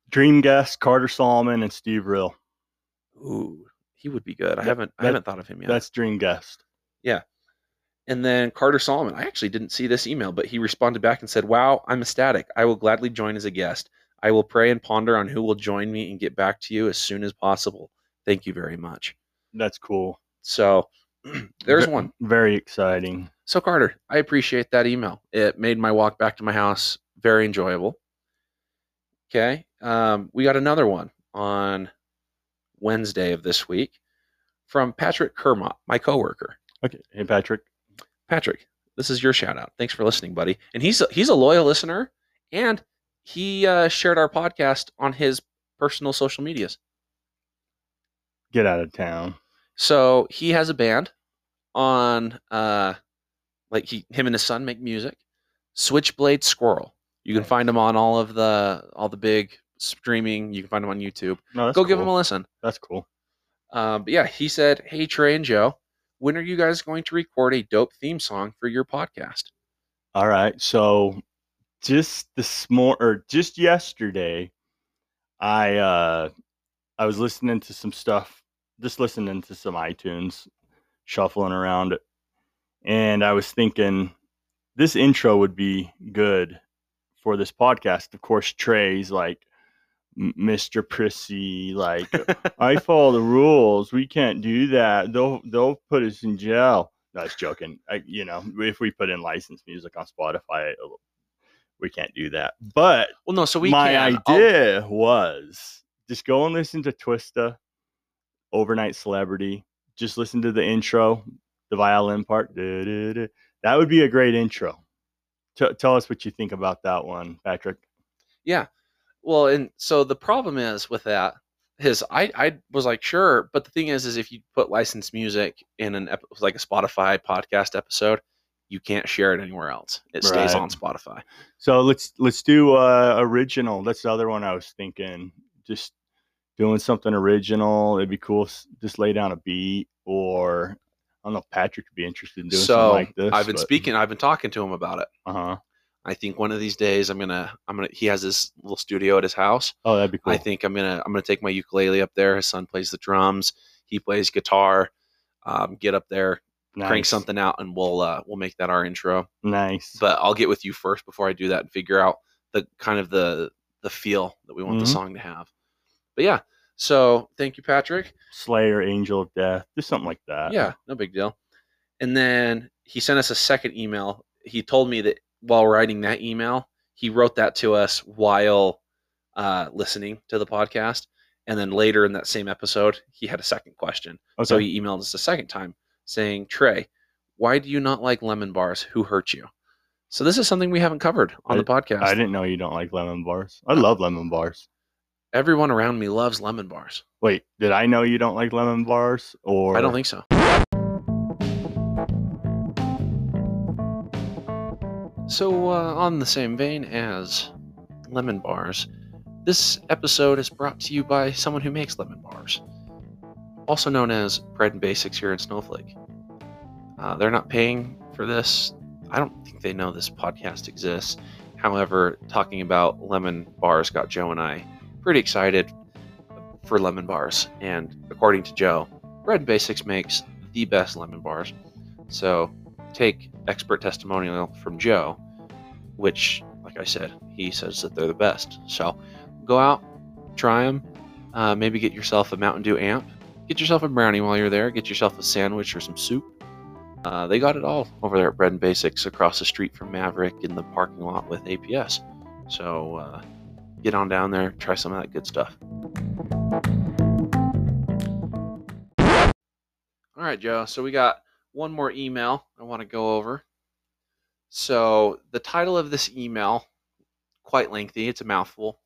Speaker 2: Dream guest Carter Solomon and Steve Rill.
Speaker 1: Ooh, he would be good. I
Speaker 2: That-
Speaker 1: haven't I
Speaker 2: that-
Speaker 1: haven't thought of him yet.
Speaker 2: That's dream guest.
Speaker 1: And then Carter Solomon, I actually didn't see this email, but he responded back and said, Wow, I'm ecstatic. I will gladly join as a guest. I will pray and ponder on who will join me and get back to you as soon as possible. Thank you very much.
Speaker 2: That's cool.
Speaker 1: So there's
Speaker 2: Ve-
Speaker 1: one.
Speaker 2: Very exciting.
Speaker 1: So, Carter, I appreciate that email. It made my walk back to my house very enjoyable. Okay. Um, we got another one on Wednesday of this week from Patrick Kermott, my coworker.
Speaker 2: Okay. Hey Patrick.
Speaker 1: Patrick, this is your shout out. Thanks for listening, buddy. And he's a, he's a loyal listener, and he uh, shared our podcast on his personal social medias.
Speaker 2: Get out of town.
Speaker 1: So he has a band on, uh, like he him and his son make music. Switchblade Squirrel. You can
Speaker 2: Nice.
Speaker 1: find him on all of the all the big streaming. You can find him on YouTube.
Speaker 2: No, that's
Speaker 1: Go give
Speaker 2: cool.
Speaker 1: him a listen.
Speaker 2: That's cool.
Speaker 1: Um, but yeah, he said, "Hey Trey and Joe, when are you guys going to record a dope theme song for your podcast?"
Speaker 2: All right. So just this morning or just yesterday, I uh I was listening to some stuff, just listening to some iTunes, shuffling around it. And I was thinking this intro would be good for this podcast. Of course, Trey's like "M- Mr. Prissy, like I follow the rules. We can't do that. They'll they'll put us in jail. No, it's joking. I, you know, if we put in licensed music on Spotify, it'll- we can't do that. But
Speaker 1: Well, no, so we
Speaker 2: my
Speaker 1: can. Oh. I'll-
Speaker 2: idea was just go and listen to Twista, Overnight Celebrity. Just listen to the intro, the violin part. Du-du-du. That would be a great intro. T- tell us what you think about that one, Patrick.
Speaker 1: Well, and so the problem is with that is I I was like sure, but the thing is is if you put licensed music in an ep- like a Spotify podcast episode, you can't share it anywhere else. It stays
Speaker 2: Right.
Speaker 1: on Spotify.
Speaker 2: So let's let's do uh, original. That's the other one I was thinking. Just doing something original. It'd be cool. s- Just lay down a beat, or I don't know. if Patrick would be interested in doing
Speaker 1: So
Speaker 2: something like this.
Speaker 1: I've been speaking, I've been talking to him about it.
Speaker 2: Uh huh.
Speaker 1: I think one of these days I'm gonna I'm gonna he has this little studio at his house.
Speaker 2: Oh, that'd be cool.
Speaker 1: I think I'm gonna I'm gonna take my ukulele up there. His son plays the drums, he plays guitar. Um, get up there, crank
Speaker 2: Nice.
Speaker 1: something out, and we'll uh, we'll make that our intro.
Speaker 2: Nice.
Speaker 1: but I'll get with you first before I do that and figure out the kind of the the feel that we want the
Speaker 2: Mhm.
Speaker 1: song to have. But yeah, so thank you, Patrick.
Speaker 2: Slayer, Angel of Death, just something like that.
Speaker 1: yeah, no big deal. And then he sent us a second email. He told me that while writing that email, he wrote that to us while uh, listening to the podcast. And then later in that same episode, he had a second question.
Speaker 2: Okay.
Speaker 1: So he emailed us a second time saying, Trey, why do you not like lemon bars? Who hurt you? So this is something we haven't covered on the podcast. Uh,
Speaker 2: I didn't know you don't like lemon bars. I love lemon bars.
Speaker 1: Everyone around me loves lemon bars.
Speaker 2: Wait, did I know you don't like lemon bars? Or
Speaker 1: I don't think so. So, uh, on the same vein as lemon bars, this episode is brought to you by someone who makes lemon bars, also known as Bread and Basics here in Snowflake. Uh, they're not paying for this. I don't think they know this podcast exists. However, talking about lemon bars got Joe and I pretty excited for lemon bars. And according to Joe, Bread and Basics makes the best lemon bars. So take expert testimonial from Joe, which, like I said, he says that they're the best. So go out, try them. Uh, maybe get yourself a Mountain Dew amp. Get yourself a brownie while you're there. Get yourself a sandwich or some soup. Uh, they got it all over there at Bread and Basics across the street from Maverick in the parking lot with APS. So uh, get on down there, try some of that good stuff. All right, Joe. So we got one more email I want to go over. So the title of this email, quite lengthy, it's a mouthful.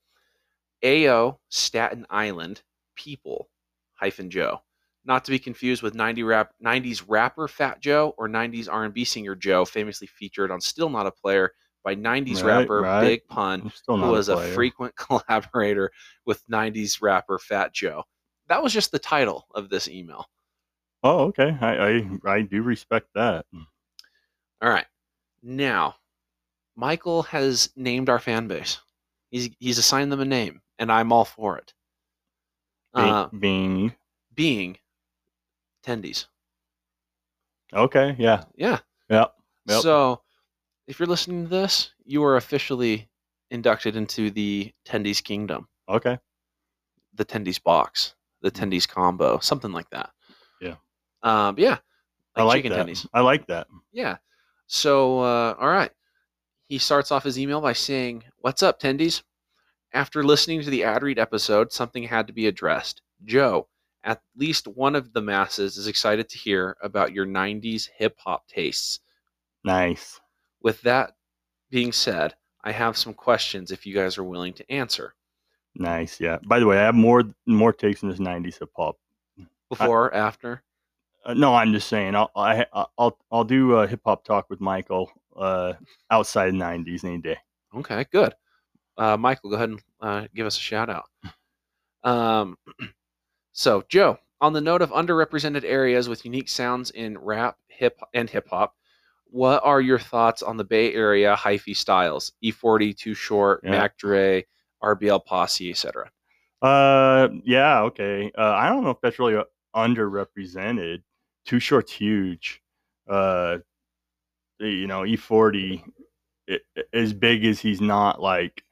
Speaker 1: AO Staten Island People hyphen Joe. Not to be confused with 90 rap, 90s rapper Fat Joe or 90s R&B singer Joe, famously featured on Still Not a Player by 90s
Speaker 2: Right,
Speaker 1: rapper
Speaker 2: right.
Speaker 1: Big Pun,
Speaker 2: I'm still
Speaker 1: who
Speaker 2: not
Speaker 1: was a,
Speaker 2: player.
Speaker 1: frequent collaborator with 90s rapper Fat Joe. That was just the title of this email.
Speaker 2: Oh, okay. I, I I do respect that.
Speaker 1: All right. Now, Michael has named our fan base. He's he's assigned them a name, and I'm all for it.
Speaker 2: Bing.
Speaker 1: Uh,
Speaker 2: Bing.
Speaker 1: being tendies.
Speaker 2: Okay. Yeah.
Speaker 1: Yeah.
Speaker 2: Yep. Yep.
Speaker 1: So, if you're listening to this, you are officially inducted into the tendies kingdom,
Speaker 2: okay.
Speaker 1: the tendies box, the tendies combo, something like that.
Speaker 2: Mm-hmm. Yeah.
Speaker 1: Um, yeah.
Speaker 2: I like
Speaker 1: chicken
Speaker 2: that.
Speaker 1: tendies.
Speaker 2: I like that.
Speaker 1: Yeah. So, uh, all right. He starts off his email by saying, What's up, Tendies? After listening to the ad read episode, something had to be addressed. Joe, at least one of the masses is excited to hear about your 90s hip hop tastes.
Speaker 2: Nice.
Speaker 1: With that being said, I have some questions if you guys are willing to answer.
Speaker 2: Nice. Yeah. By the way, I have more more takes in this '90s hip hop.
Speaker 1: Before or after?
Speaker 2: Uh, no, I'm just saying. I'll I, I'll I'll do a hip hop talk with Michael uh, outside '90s any day.
Speaker 1: Okay, good. Uh, Michael, go ahead and uh, give us a shout out. Um, so, Joe, on the note of underrepresented areas with unique sounds in rap, hip, and hip hop, what are your thoughts on the Bay Area hyphy styles? E40, Too Short,
Speaker 2: Yeah.
Speaker 1: Mac Dre, RBL Posse, etc.
Speaker 2: Uh, yeah. Okay. Uh, I don't know if that's really uh, underrepresented. Too short's huge. Uh, you know, E40 i- i- as big as he's not like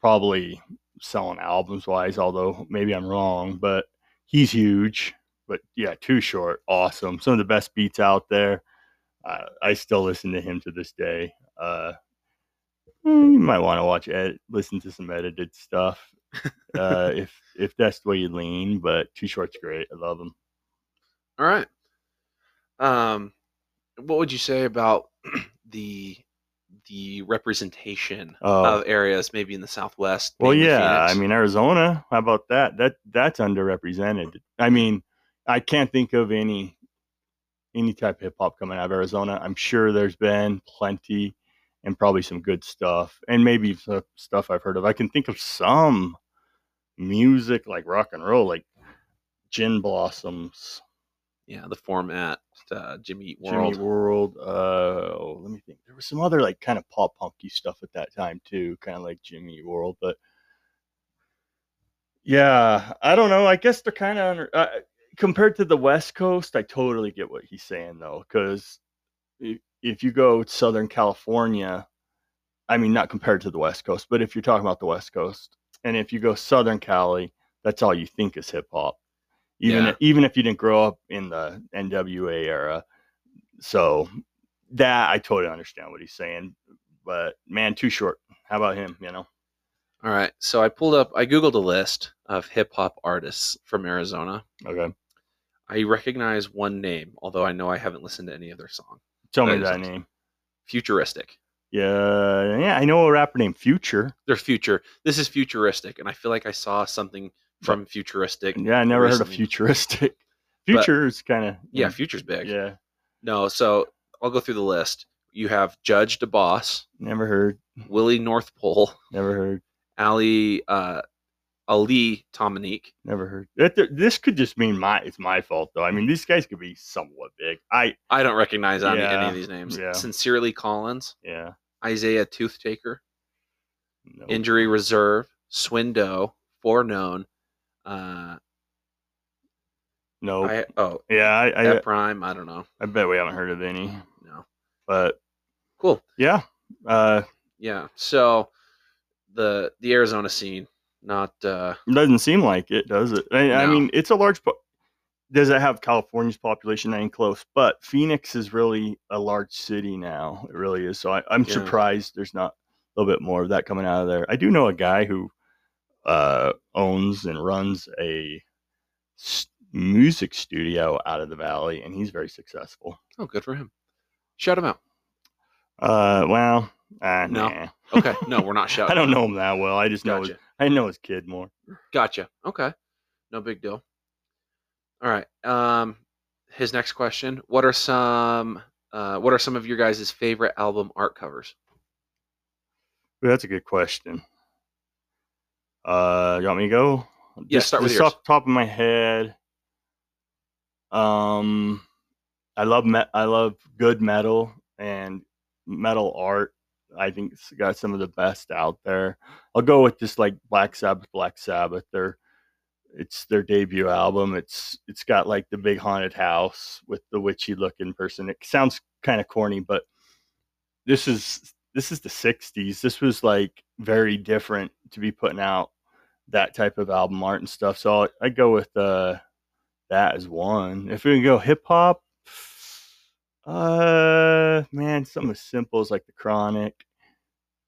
Speaker 2: probably selling albums wise, although maybe I'm wrong, but he's huge. But yeah, too short, awesome. Some of the best beats out there. Uh, I still listen to him to this day. Uh, mm, you might want to watch ed- listen to some edited stuff uh, if if that's the way you lean. But too short's great. I love him.
Speaker 1: All right. Um, what would you say about the the representation
Speaker 2: Uh,
Speaker 1: of areas maybe in the Southwest?
Speaker 2: Well,
Speaker 1: mainly
Speaker 2: yeah.
Speaker 1: Phoenix?
Speaker 2: I mean, Arizona. How about that? That that's underrepresented. I mean, I can't think of any any type of hip hop coming out of Arizona. I'm sure there's been plenty, and probably some good stuff, and maybe some stuff I've heard of. I can think of some music like rock and roll, like Gin Blossoms,
Speaker 1: yeah, the format, uh, Jimmy Eat
Speaker 2: Jimmy
Speaker 1: World.
Speaker 2: World. Uh, oh, let me think. There was some other like kind of pop punky stuff at that time too, kind of like Jimmy Eat World. But yeah, I don't know. I guess they're kind of under, uh, compared to the West Coast. I totally get what he's saying though, because if, if you go to Southern California, I mean, not compared to the West Coast, but if you're talking about the West Coast, and if you go Southern Cali, that's all you think is hip hop. Even
Speaker 1: Yeah.
Speaker 2: even if you didn't grow up in the NWA era, so that I totally understand what he's saying. But man, too short. How about him? You know,
Speaker 1: All right, so I pulled up, I googled a list of hip hop artists from Arizona.
Speaker 2: okay.
Speaker 1: I recognize one name, although I know I haven't listened to any of their song.
Speaker 2: Tell me
Speaker 1: That is
Speaker 2: that
Speaker 1: awesome.
Speaker 2: name.
Speaker 1: Futuristic.
Speaker 2: Yeah, yeah, I know a rapper named Future.
Speaker 1: They're future. This is futuristic, and I feel like I saw something from futuristic.
Speaker 2: Yeah, I never heard of
Speaker 1: Recently.
Speaker 2: futuristic. Future is kind of
Speaker 1: Yeah, future's big.
Speaker 2: mm, yeah,
Speaker 1: No, so I'll go through the list. You have Judge DeBoss,
Speaker 2: never heard,
Speaker 1: Willie North Pole,
Speaker 2: never heard,
Speaker 1: Ali uh, Ali Tominique.
Speaker 2: never heard. That, th- this could just mean my it's my fault though. I mean, these guys could be somewhat big. I
Speaker 1: I don't recognize any, any
Speaker 2: Yeah,
Speaker 1: of these names.
Speaker 2: yeah.
Speaker 1: Sincerely Collins,
Speaker 2: yeah,
Speaker 1: Isaiah Toothtaker,
Speaker 2: no.
Speaker 1: Injury Reserve, Swindo, Foreknown, uh,
Speaker 2: no,
Speaker 1: I, oh,
Speaker 2: yeah, I uh, I,
Speaker 1: that Prime. I don't know.
Speaker 2: I bet we haven't heard of any,
Speaker 1: No,
Speaker 2: but
Speaker 1: cool.
Speaker 2: yeah, uh,
Speaker 1: Yeah. So the the Arizona scene, not uh,
Speaker 2: doesn't seem like it, does it? I, I
Speaker 1: No.
Speaker 2: mean, it's a large. Po- does it have California's population? I ain't close, but Phoenix is really a large city now. It really is. So I, I'm
Speaker 1: Yeah.
Speaker 2: surprised there's not a little bit more of that coming out of there. I do know a guy who uh, owns and runs a s- music studio out of the valley, and he's very successful.
Speaker 1: oh, good for him. Shout him out.
Speaker 2: Uh, well, uh,
Speaker 1: No.
Speaker 2: nah.
Speaker 1: Okay. No, we're not shouting.
Speaker 2: I don't know him that well. I just know
Speaker 1: Gotcha.
Speaker 2: his, I know his kid more.
Speaker 1: Gotcha. Okay. No big deal. All right. Um, his next question: What are some uh, What are some of your guys' favorite album art covers?
Speaker 2: Ooh, that's a good question. Uh, you want me to go?
Speaker 1: Yeah, start with
Speaker 2: just
Speaker 1: yours.
Speaker 2: off the top of my head. Um, I love me- I love good metal and metal art. I think it's got some of the best out there. I'll go with just like Black Sabbath. Black Sabbath. They're it's their debut album. It's it's got like the big haunted house with the witchy looking person. It sounds kind of corny, but this is this is the 60s. This was like very different to be putting out that type of album art and stuff. So I I'd go with uh that as one. If we can go hip hop, uh man, something as simple as like the Chronic.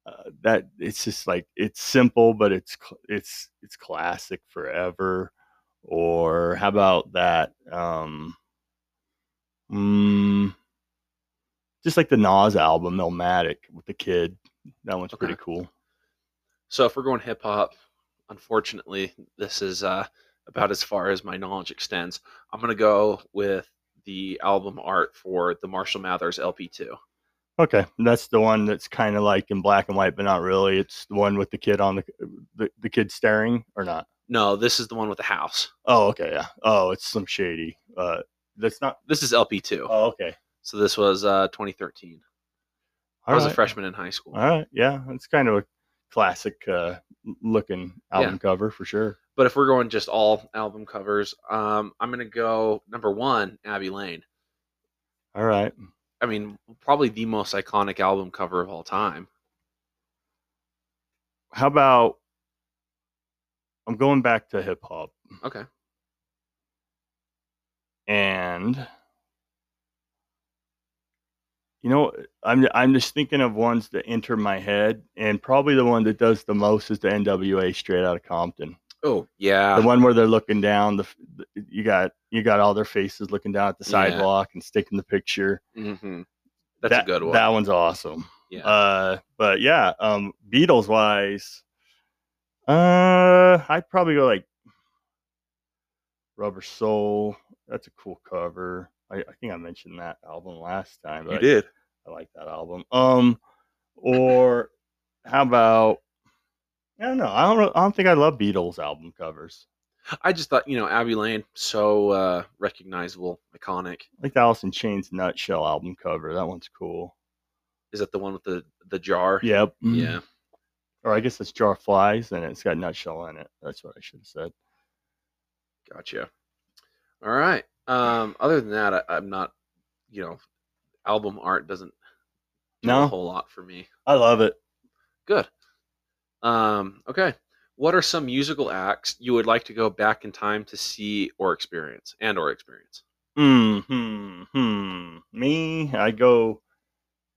Speaker 2: Uh, that it's just like it's simple, but it's cl- it's it's classic forever. Or how about that? Um, mm, just like the Nas album, Melmatic with the kid. That one's
Speaker 1: Okay.
Speaker 2: pretty cool.
Speaker 1: So if we're going hip hop, unfortunately, this is uh, about as far as my knowledge extends. I'm gonna go with the album art for the Marshall Mathers LP2.
Speaker 2: Okay, that's the one that's kind of like in black and white, but not really. It's the one with the kid on the the, the kid staring or not.
Speaker 1: No, this is the one with the house.
Speaker 2: Oh, okay, yeah. Oh, it's some shady. Uh, that's not.
Speaker 1: This is LP2.
Speaker 2: Oh, okay.
Speaker 1: So this was uh, 2013. I
Speaker 2: All
Speaker 1: was a
Speaker 2: right.
Speaker 1: freshman in high school.
Speaker 2: All right, yeah, it's kind of a classic uh, looking album cover for sure.
Speaker 1: But if we're going just all album covers, um, I'm gonna go number one, Abby Lane.
Speaker 2: All right,
Speaker 1: I mean, probably the most iconic album cover of all time.
Speaker 2: how about? I'm going back to hip hop.
Speaker 1: Okay.
Speaker 2: and you know i'm i'm just thinking of ones that enter my head and probably the one that does the most is the nwa straight out of compton
Speaker 1: Oh yeah.
Speaker 2: the one where they're looking down the, f- the you got you got all their faces looking down at the
Speaker 1: Yeah.
Speaker 2: sidewalk and sticking the picture
Speaker 1: hmm That's
Speaker 2: that,
Speaker 1: a good one.
Speaker 2: that one's awesome
Speaker 1: yeah.
Speaker 2: uh but yeah um beatles wise uh i'd probably go like rubber soul that's a cool cover i, I think i mentioned that album last time but I-
Speaker 1: did.
Speaker 2: I, like that album um or how about i don't know i don't know, i don't think i love beatles album covers
Speaker 1: I just thought you know Abby Lane so uh, recognizable, iconic.
Speaker 2: like the alice in chains nutshell album cover that one's cool
Speaker 1: Is that the one with the the jar?
Speaker 2: yep mm-hmm.
Speaker 1: Yeah.
Speaker 2: or i guess it's jar of flies and it's got nutshell in it that's what i should have said
Speaker 1: Gotcha. All right. Um, other than that, I, I'm not. You know, album art doesn't do a
Speaker 2: No.
Speaker 1: whole lot for me.
Speaker 2: i love it
Speaker 1: Good. Um, okay. What are some musical acts you would like to go back in time to see or experience and or experience?
Speaker 2: Hmm, hmm, hmm. Me, I go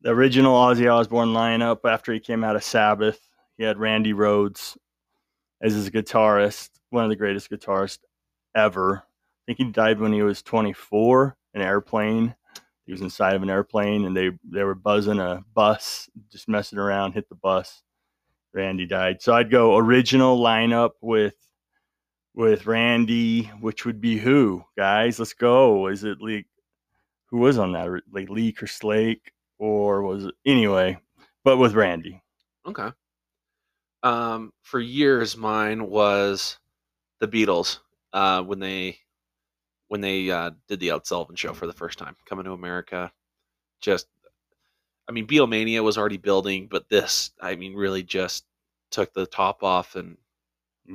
Speaker 2: the original Ozzy Osbourne lineup after he came out of Sabbath. He had Randy Rhodes as his guitarist, one of the greatest guitarists ever. I think he died when he was 24, an airplane. He was inside of an airplane, and they they were buzzing a bus, just messing around, hit the bus. Randy died. So I'd go original lineup with with Randy, which would be who, guys? Let's go. Is it like who was on that? Like Leak or Slake, or was it anyway? But with Randy,
Speaker 1: Okay. Um, for years, mine was the Beatles uh, when they when they uh, did the Ed Sullivan Show for the first time, coming to America. Just, I mean, Beatlemania was already building, but this, I mean, really just took the top off. And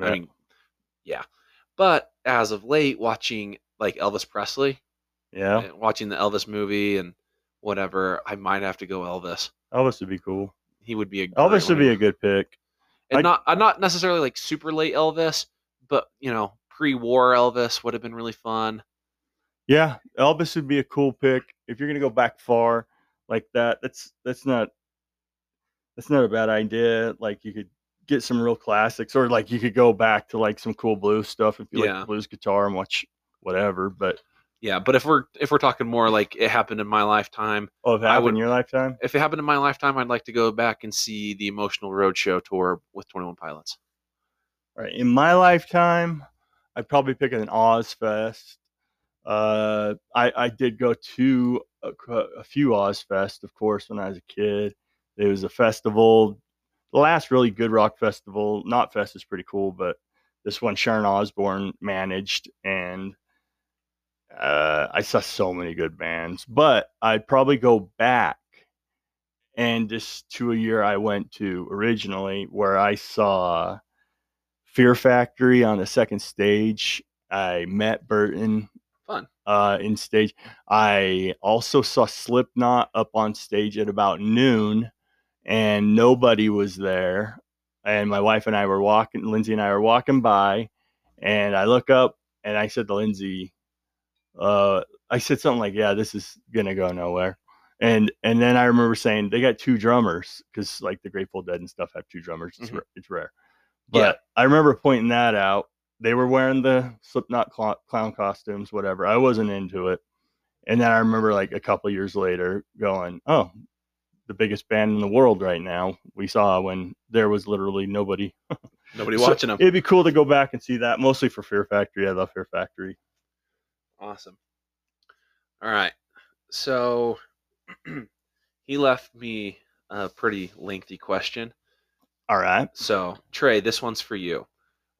Speaker 1: I mean, yeah. But as of late, watching like Elvis Presley,
Speaker 2: yeah,
Speaker 1: and watching the Elvis movie and whatever, I might have to go Elvis.
Speaker 2: Elvis would be cool.
Speaker 1: He would be a
Speaker 2: Elvis would be
Speaker 1: a.
Speaker 2: a good pick.
Speaker 1: and
Speaker 2: I-
Speaker 1: not uh, not necessarily like super late Elvis, but you know pre-war Elvis would have been really fun.
Speaker 2: Yeah, Elvis would be a cool pick if you're gonna go back far like that. That's that's not that's not a bad idea. Like you could get some real classics, or like you could go back to like some cool blues stuff if you
Speaker 1: Yeah.
Speaker 2: like blues guitar and watch whatever. But
Speaker 1: Yeah, but if we're if we're talking more like it happened in my lifetime,
Speaker 2: oh, if it
Speaker 1: I
Speaker 2: happened
Speaker 1: would-
Speaker 2: in your lifetime,
Speaker 1: if it happened in my lifetime, I'd like to go back and see the Emotional Roadshow tour with Twenty One Pilots.
Speaker 2: All right, in my lifetime, I'd probably pick an Ozfest. Uh, I I did go to a, cou- a few Ozfest, of course, when I was a kid. There was a festival, the last really good rock festival. Not Fest is pretty cool, but this one Sharon Osbourne managed, and uh, I saw so many good bands. But I'd probably go back and just to a year I went to originally, where I saw. Fear Factory on the second stage. I met Burton.
Speaker 1: Fun.
Speaker 2: Uh, in stage. I also saw Slipknot up on stage at about noon, and nobody was there. And my wife and I were walking. Lindsay and I were walking by, and I look up and I said to Lindsay, uh, I said something like, "Yeah, this is gonna go nowhere." And and then I remember saying they got two drummers because like the Grateful Dead and stuff have two drummers. It's,
Speaker 1: Mhm.
Speaker 2: ra- it's rare. But
Speaker 1: Yeah.
Speaker 2: I remember pointing that out. They were wearing the Slipknot cl- clown costumes, whatever. I wasn't into it. And then I remember like a couple years later going, "Oh, the biggest band in the world right now." We saw when there was literally nobody
Speaker 1: Nobody
Speaker 2: so
Speaker 1: watching them.
Speaker 2: It'd be cool to go back and see that, mostly for Fear Factory. I love Fear Factory.
Speaker 1: Awesome. All right. So he left me a pretty lengthy question.
Speaker 2: All right.
Speaker 1: So, Trey, this one's for you.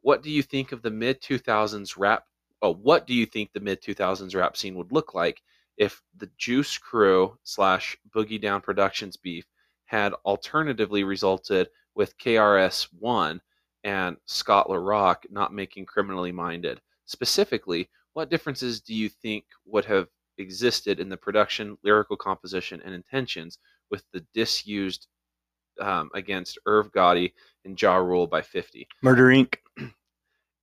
Speaker 1: What do you think of the mid 2000s rap? Oh, what do you think the mid 2000s rap scene would look like if the Juice Crew slash Boogie Down Productions beef had alternatively resulted with KRS One and Scott LaRock not making criminally minded? Specifically, what differences do you think would have existed in the production, lyrical composition, and intentions with the disused um, against Irv Gotti and Jaw Rule by 50.
Speaker 2: Murder Inc.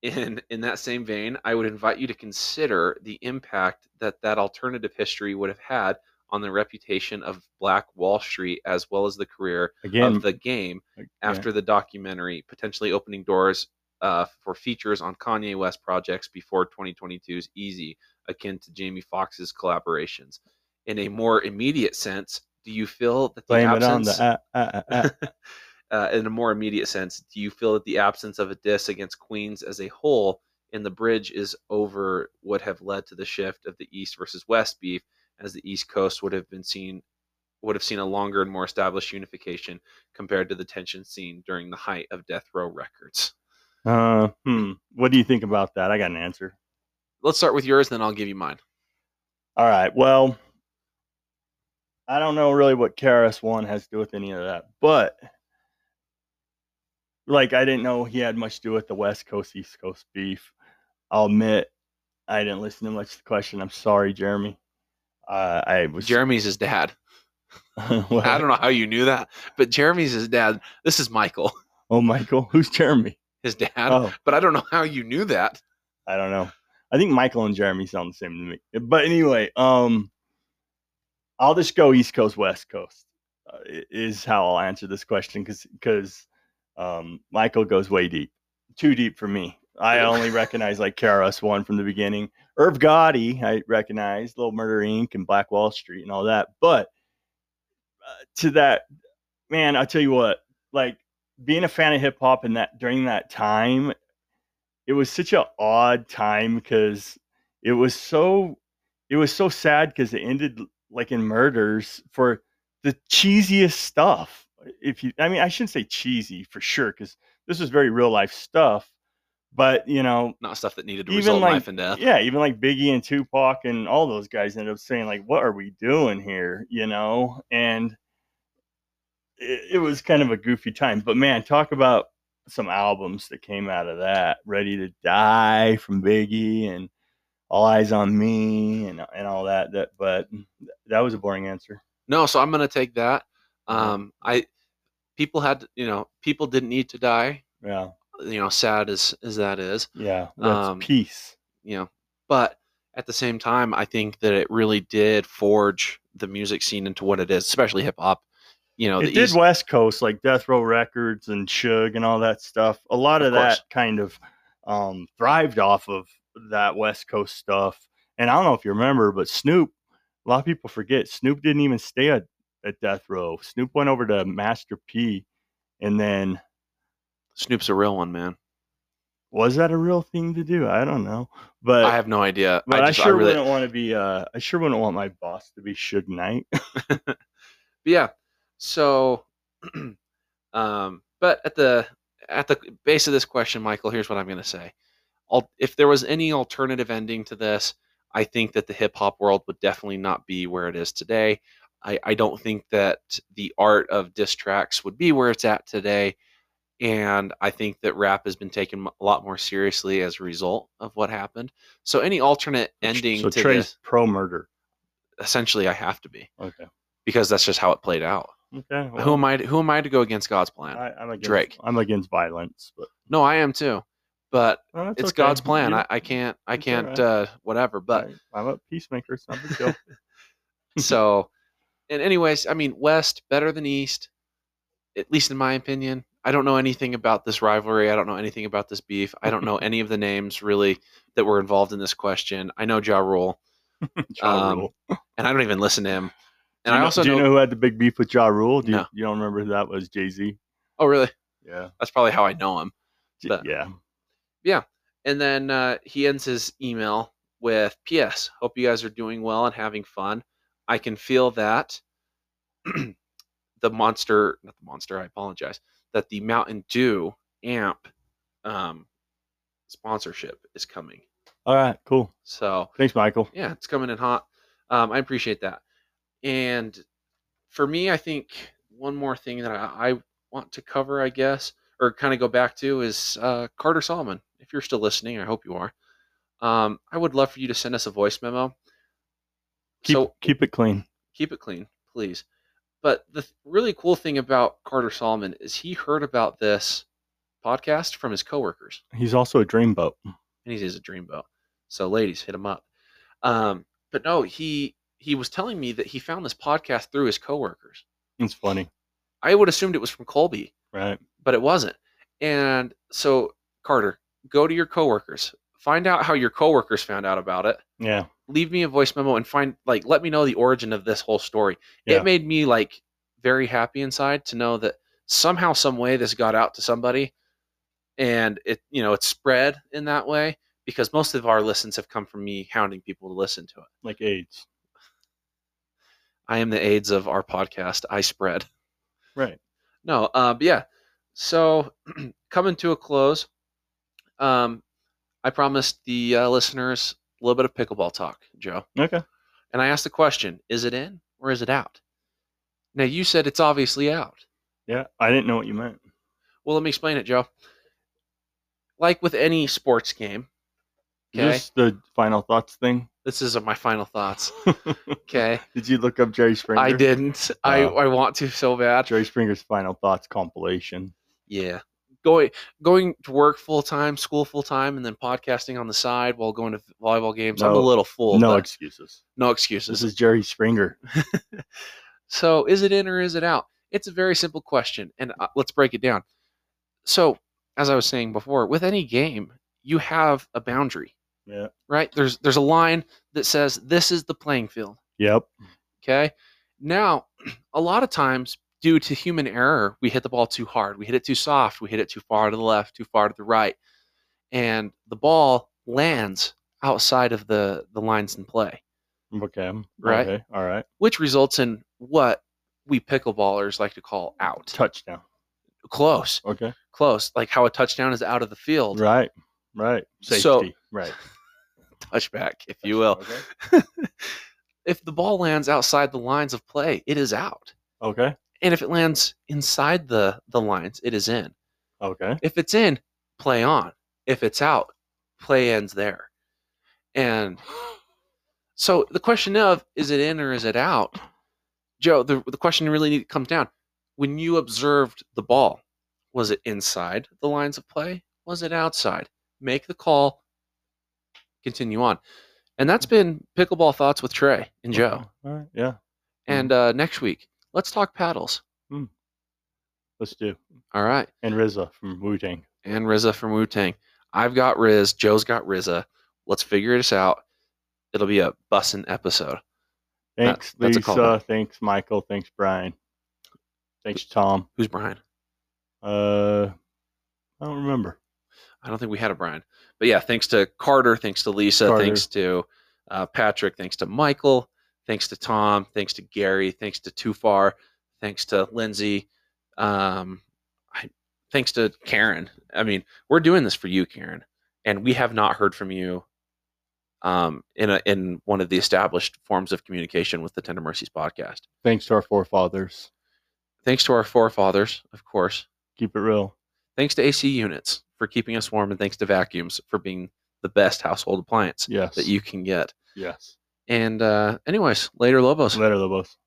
Speaker 1: In in that same vein, I would invite you to consider the impact that that alternative history would have had on the reputation of Black Wall Street as well as the career
Speaker 2: Again,
Speaker 1: of the game
Speaker 2: like, Uh, yeah.
Speaker 1: after the documentary, potentially opening doors uh, for features on Kanye West projects before 2022's Easy, akin to Jamie Foxx's collaborations. In a more immediate sense, do you feel that the
Speaker 2: blame it on
Speaker 1: absence
Speaker 2: the. ah, ah, ah, ah.
Speaker 1: uh, in a more immediate sense, do you feel that the absence of a diss against Queens as a whole in the bridge is over would have led to the shift of the East versus West beef, as the East Coast would have been seen would have seen a longer and more established unification compared to the tension seen during the height of Death Row Records?
Speaker 2: Uh, hmm. What do you think about that? I got an answer.
Speaker 1: Let's start with yours, then I'll give you mine.
Speaker 2: All right. Well, I don't know really what KRS One has to do with any of that, but like I didn't know he had much to do with the West Coast East Coast beef. I'll admit I didn't listen to much of the question. I'm sorry, Jeremy. Uh, I was
Speaker 1: Jeremy's his dad.
Speaker 2: What?
Speaker 1: I don't know how you knew that, but Jeremy's his dad. This is Michael,
Speaker 2: Oh, Michael, who's Jeremy?
Speaker 1: his dad.
Speaker 2: Oh,
Speaker 1: But I don't know how you knew that.
Speaker 2: I don't know. I think Michael and Jeremy sound the same to me. But anyway, um, I'll just go East Coast, West Coast uh, i- is how I'll answer this question because because um, Michael goes way deep, too deep for me. I only recognize like KRS One from the beginning. Irv Gotti, I recognize Little Murder Inc. and Black Wall Street and all that. But uh, to that man, I tell you what, like being a fan of hip hop in that during that time, it was such an odd time because it was so it was so sad because it ended like in murders for the cheesiest stuff. uh, If you, I mean, I shouldn't say cheesy for sure because this was very real life stuff. But you know,
Speaker 1: Not stuff that needed to
Speaker 2: Even
Speaker 1: result in
Speaker 2: like-
Speaker 1: life and death.
Speaker 2: yeah, even like Biggie and Tupac and all those guys ended up saying like, "What are we doing here?" You know, and it, it was kind of a goofy time. But man, talk about some albums that came out of that: "Ready to Die" from Biggie and "All Eyes on Me" and and all that. That but that was a boring answer.
Speaker 1: No, so I'm gonna take that.
Speaker 2: Uh-huh.
Speaker 1: Um, I people had you know people didn't need to die.
Speaker 2: Yeah,
Speaker 1: You know, sad as as that is,
Speaker 2: yeah, that's
Speaker 1: Um,
Speaker 2: peace.
Speaker 1: you know, but at the same time, I think that it really did forge the music scene into what it is, especially hip hop. You know,
Speaker 2: it
Speaker 1: the
Speaker 2: did
Speaker 1: East-
Speaker 2: West Coast like Death Row Records and Suge and all that stuff. A lot of,
Speaker 1: Of
Speaker 2: that
Speaker 1: course.
Speaker 2: kind of um, thrived off of that West Coast stuff. And I don't know if you remember, but Snoop, a lot of people forget Snoop didn't even stay at, at Death Row. Snoop went over to Master P, and then
Speaker 1: Snoop's a real one, man.
Speaker 2: was that a real thing to do? I don't know, but
Speaker 1: I have no idea.
Speaker 2: but I,
Speaker 1: just,
Speaker 2: sure
Speaker 1: really,
Speaker 2: wouldn't want to be. Uh, I sure wouldn't want my boss to be Suge Knight.
Speaker 1: But yeah so um but at the at the base of this question michael here's what i'm going to say Al- if there was any alternative ending to this i think that the hip hop world would definitely not be where it is today I, I don't think that the art of diss tracks would be where it's at today and i think that rap has been taken a lot more seriously as a result of what happened so any alternate ending
Speaker 2: So
Speaker 1: to
Speaker 2: Trey's
Speaker 1: this
Speaker 2: pro murder.
Speaker 1: essentially i have to be
Speaker 2: Okay.
Speaker 1: because that's just how it played out
Speaker 2: Okay.
Speaker 1: who am I? To, who am I to go against God's plan?
Speaker 2: I, I'm against,
Speaker 1: Drake.
Speaker 2: I'm against violence, but
Speaker 1: no, I am too, but
Speaker 2: Oh, that's
Speaker 1: it's
Speaker 2: okay.
Speaker 1: God's plan.
Speaker 2: You-
Speaker 1: I, I can't. I
Speaker 2: it's
Speaker 1: can't.
Speaker 2: alright.
Speaker 1: Uh, whatever. But
Speaker 2: I- I'm a peacemaker. It's not a big deal.
Speaker 1: so, and anyways, I mean, West better than East, at least in my opinion. I don't know anything about this rivalry. I don't know anything about this beef. I don't know any of the names really that were involved in this question. I know Ja Rule,
Speaker 2: Ja
Speaker 1: Um,
Speaker 2: Rule.
Speaker 1: and I don't even listen to him.
Speaker 2: Do
Speaker 1: And I
Speaker 2: you know-
Speaker 1: also
Speaker 2: do
Speaker 1: know,
Speaker 2: you know who had the big beef with Ja Rule? Do you,
Speaker 1: No.
Speaker 2: you don't remember who that was? Jay Z.
Speaker 1: Oh, really?
Speaker 2: Yeah.
Speaker 1: That's probably how I know him.
Speaker 2: J-
Speaker 1: But-
Speaker 2: yeah.
Speaker 1: And then uh, he ends his email with P.S. Hope you guys are doing well and having fun. I can feel that the monster, not the monster, I apologize, that the Mountain Dew amp um, sponsorship is coming.
Speaker 2: All right. Cool.
Speaker 1: So,
Speaker 2: Thanks, Michael.
Speaker 1: yeah, it's coming in hot. Um, I appreciate that. And for me, I think one more thing that I, I want to cover, I guess, or kind of go back to is uh, Carter Solomon. If you're still listening, I hope you are. Um, I would love for you to send us a voice memo.
Speaker 2: Keep
Speaker 1: so
Speaker 2: keep it clean.
Speaker 1: keep it clean, please. But the th- really cool thing about Carter Solomon is he heard about this podcast from his coworkers
Speaker 2: He's also a dreamboat.
Speaker 1: and he's a dreamboat. So ladies, hit him up. Um, but no, he he was telling me that he found this podcast through his coworkers.
Speaker 2: It's funny,
Speaker 1: I would assumed it was from Colby,
Speaker 2: right?
Speaker 1: but it wasn't. And so Carter, go to your coworkers, find out how your coworkers found out about it.
Speaker 2: Yeah.
Speaker 1: Leave me a voice memo and find like let me know the origin of this whole story.
Speaker 2: Yeah.
Speaker 1: It made me like very happy inside to know that somehow, some way, this got out to somebody, and it you know it spread in that way because most of our listens have come from me hounding people to listen to it.
Speaker 2: Like AIDS.
Speaker 1: I am the AIDS of our podcast. I spread.
Speaker 2: Right.
Speaker 1: No, uh, but yeah. So coming to a close, um, I promised the uh, listeners a little bit of pickleball talk, Joe.
Speaker 2: Okay.
Speaker 1: And I asked the question: Is it in or is it out? Now you said it's obviously out.
Speaker 2: Yeah. I didn't know what you meant.
Speaker 1: Well, let me explain it, Joe. Like with any sports game, okay,
Speaker 2: Just the final thoughts thing.
Speaker 1: this is my final thoughts. Okay,
Speaker 2: did you look up Jerry Springer?
Speaker 1: I didn't. I,
Speaker 2: Wow.
Speaker 1: I want to so bad.
Speaker 2: Jerry Springer's final thoughts compilation.
Speaker 1: Yeah, going going to work full time, school full time, and then podcasting on the side while going to volleyball games. I'm a
Speaker 2: No.
Speaker 1: little fool.
Speaker 2: no
Speaker 1: but
Speaker 2: excuses.
Speaker 1: no
Speaker 2: This
Speaker 1: excuses.
Speaker 2: is Jerry Springer.
Speaker 1: So, is it in or is it out? It's a very simple question, and uh, let's break it down. So, as I was saying before, with any game, you have a boundary,
Speaker 2: Yeah.
Speaker 1: right? There's there's a line that says this is the playing field.
Speaker 2: Yep.
Speaker 1: Okay. Now, a lot of times, due to human error, we hit the ball too hard. We hit it too soft. We hit it too far to the left, too far to the right. And the ball lands outside of the, the lines in play,
Speaker 2: Okay.
Speaker 1: Right.
Speaker 2: Okay. All right.
Speaker 1: which results in what we pickleballers like to call out.
Speaker 2: Touchdown.
Speaker 1: Close,
Speaker 2: Okay.
Speaker 1: close. Like how a touchdown is out of the field.
Speaker 2: Right. Right. Safety.
Speaker 1: So-
Speaker 2: right.
Speaker 1: Touchback, if you will.
Speaker 2: Okay.
Speaker 1: If the ball lands outside the lines of play, it is out.
Speaker 2: Okay.
Speaker 1: And if it lands inside the, the lines, it is in.
Speaker 2: Okay.
Speaker 1: If it's in, play on. If it's out, play ends there. And so the question of is it in or is it out, Joe, the, the question really need- comes down when you observed the ball, was it inside the lines of play? Was it outside? Make the call, continue on. And that's been Pickleball Thoughts with Trey and Joe.
Speaker 2: Okay. All right. Yeah.
Speaker 1: And uh, next week, let's talk paddles.
Speaker 2: Let's do.
Speaker 1: All right.
Speaker 2: And Rizza from Wu Tang.
Speaker 1: and Rizza from Wu Tang. I've got Riz. Joe's got Rizza. Let's figure this out. It'll be a bussin' episode.
Speaker 2: Thanks,
Speaker 1: that's a
Speaker 2: Lisa.
Speaker 1: callback.
Speaker 2: Thanks, Michael. Thanks, Brian. Thanks, Tom.
Speaker 1: Who's Brian?
Speaker 2: Uh, I don't remember.
Speaker 1: I don't think we had a Brian. But yeah, thanks to Carter. Thanks to Lisa.
Speaker 2: Carter.
Speaker 1: Thanks to uh, Patrick. Thanks to Michael. Thanks to Tom. Thanks to Gary. Thanks to Too Far. Thanks to Lindsay. Um, I, thanks to Karen. I mean, we're doing this for you, Karen, and we have not heard from you um, in a, in one of the established forms of communication with the Tender Mercies podcast.
Speaker 2: Thanks to our forefathers.
Speaker 1: Thanks to our forefathers, of course.
Speaker 2: Keep it real.
Speaker 1: Thanks to AC units for keeping us warm, and thanks to vacuums for being the best household appliance
Speaker 2: Yes.
Speaker 1: that you can get.
Speaker 2: Yes.
Speaker 1: And uh, anyways, later Lobos.
Speaker 2: Later, Lobos.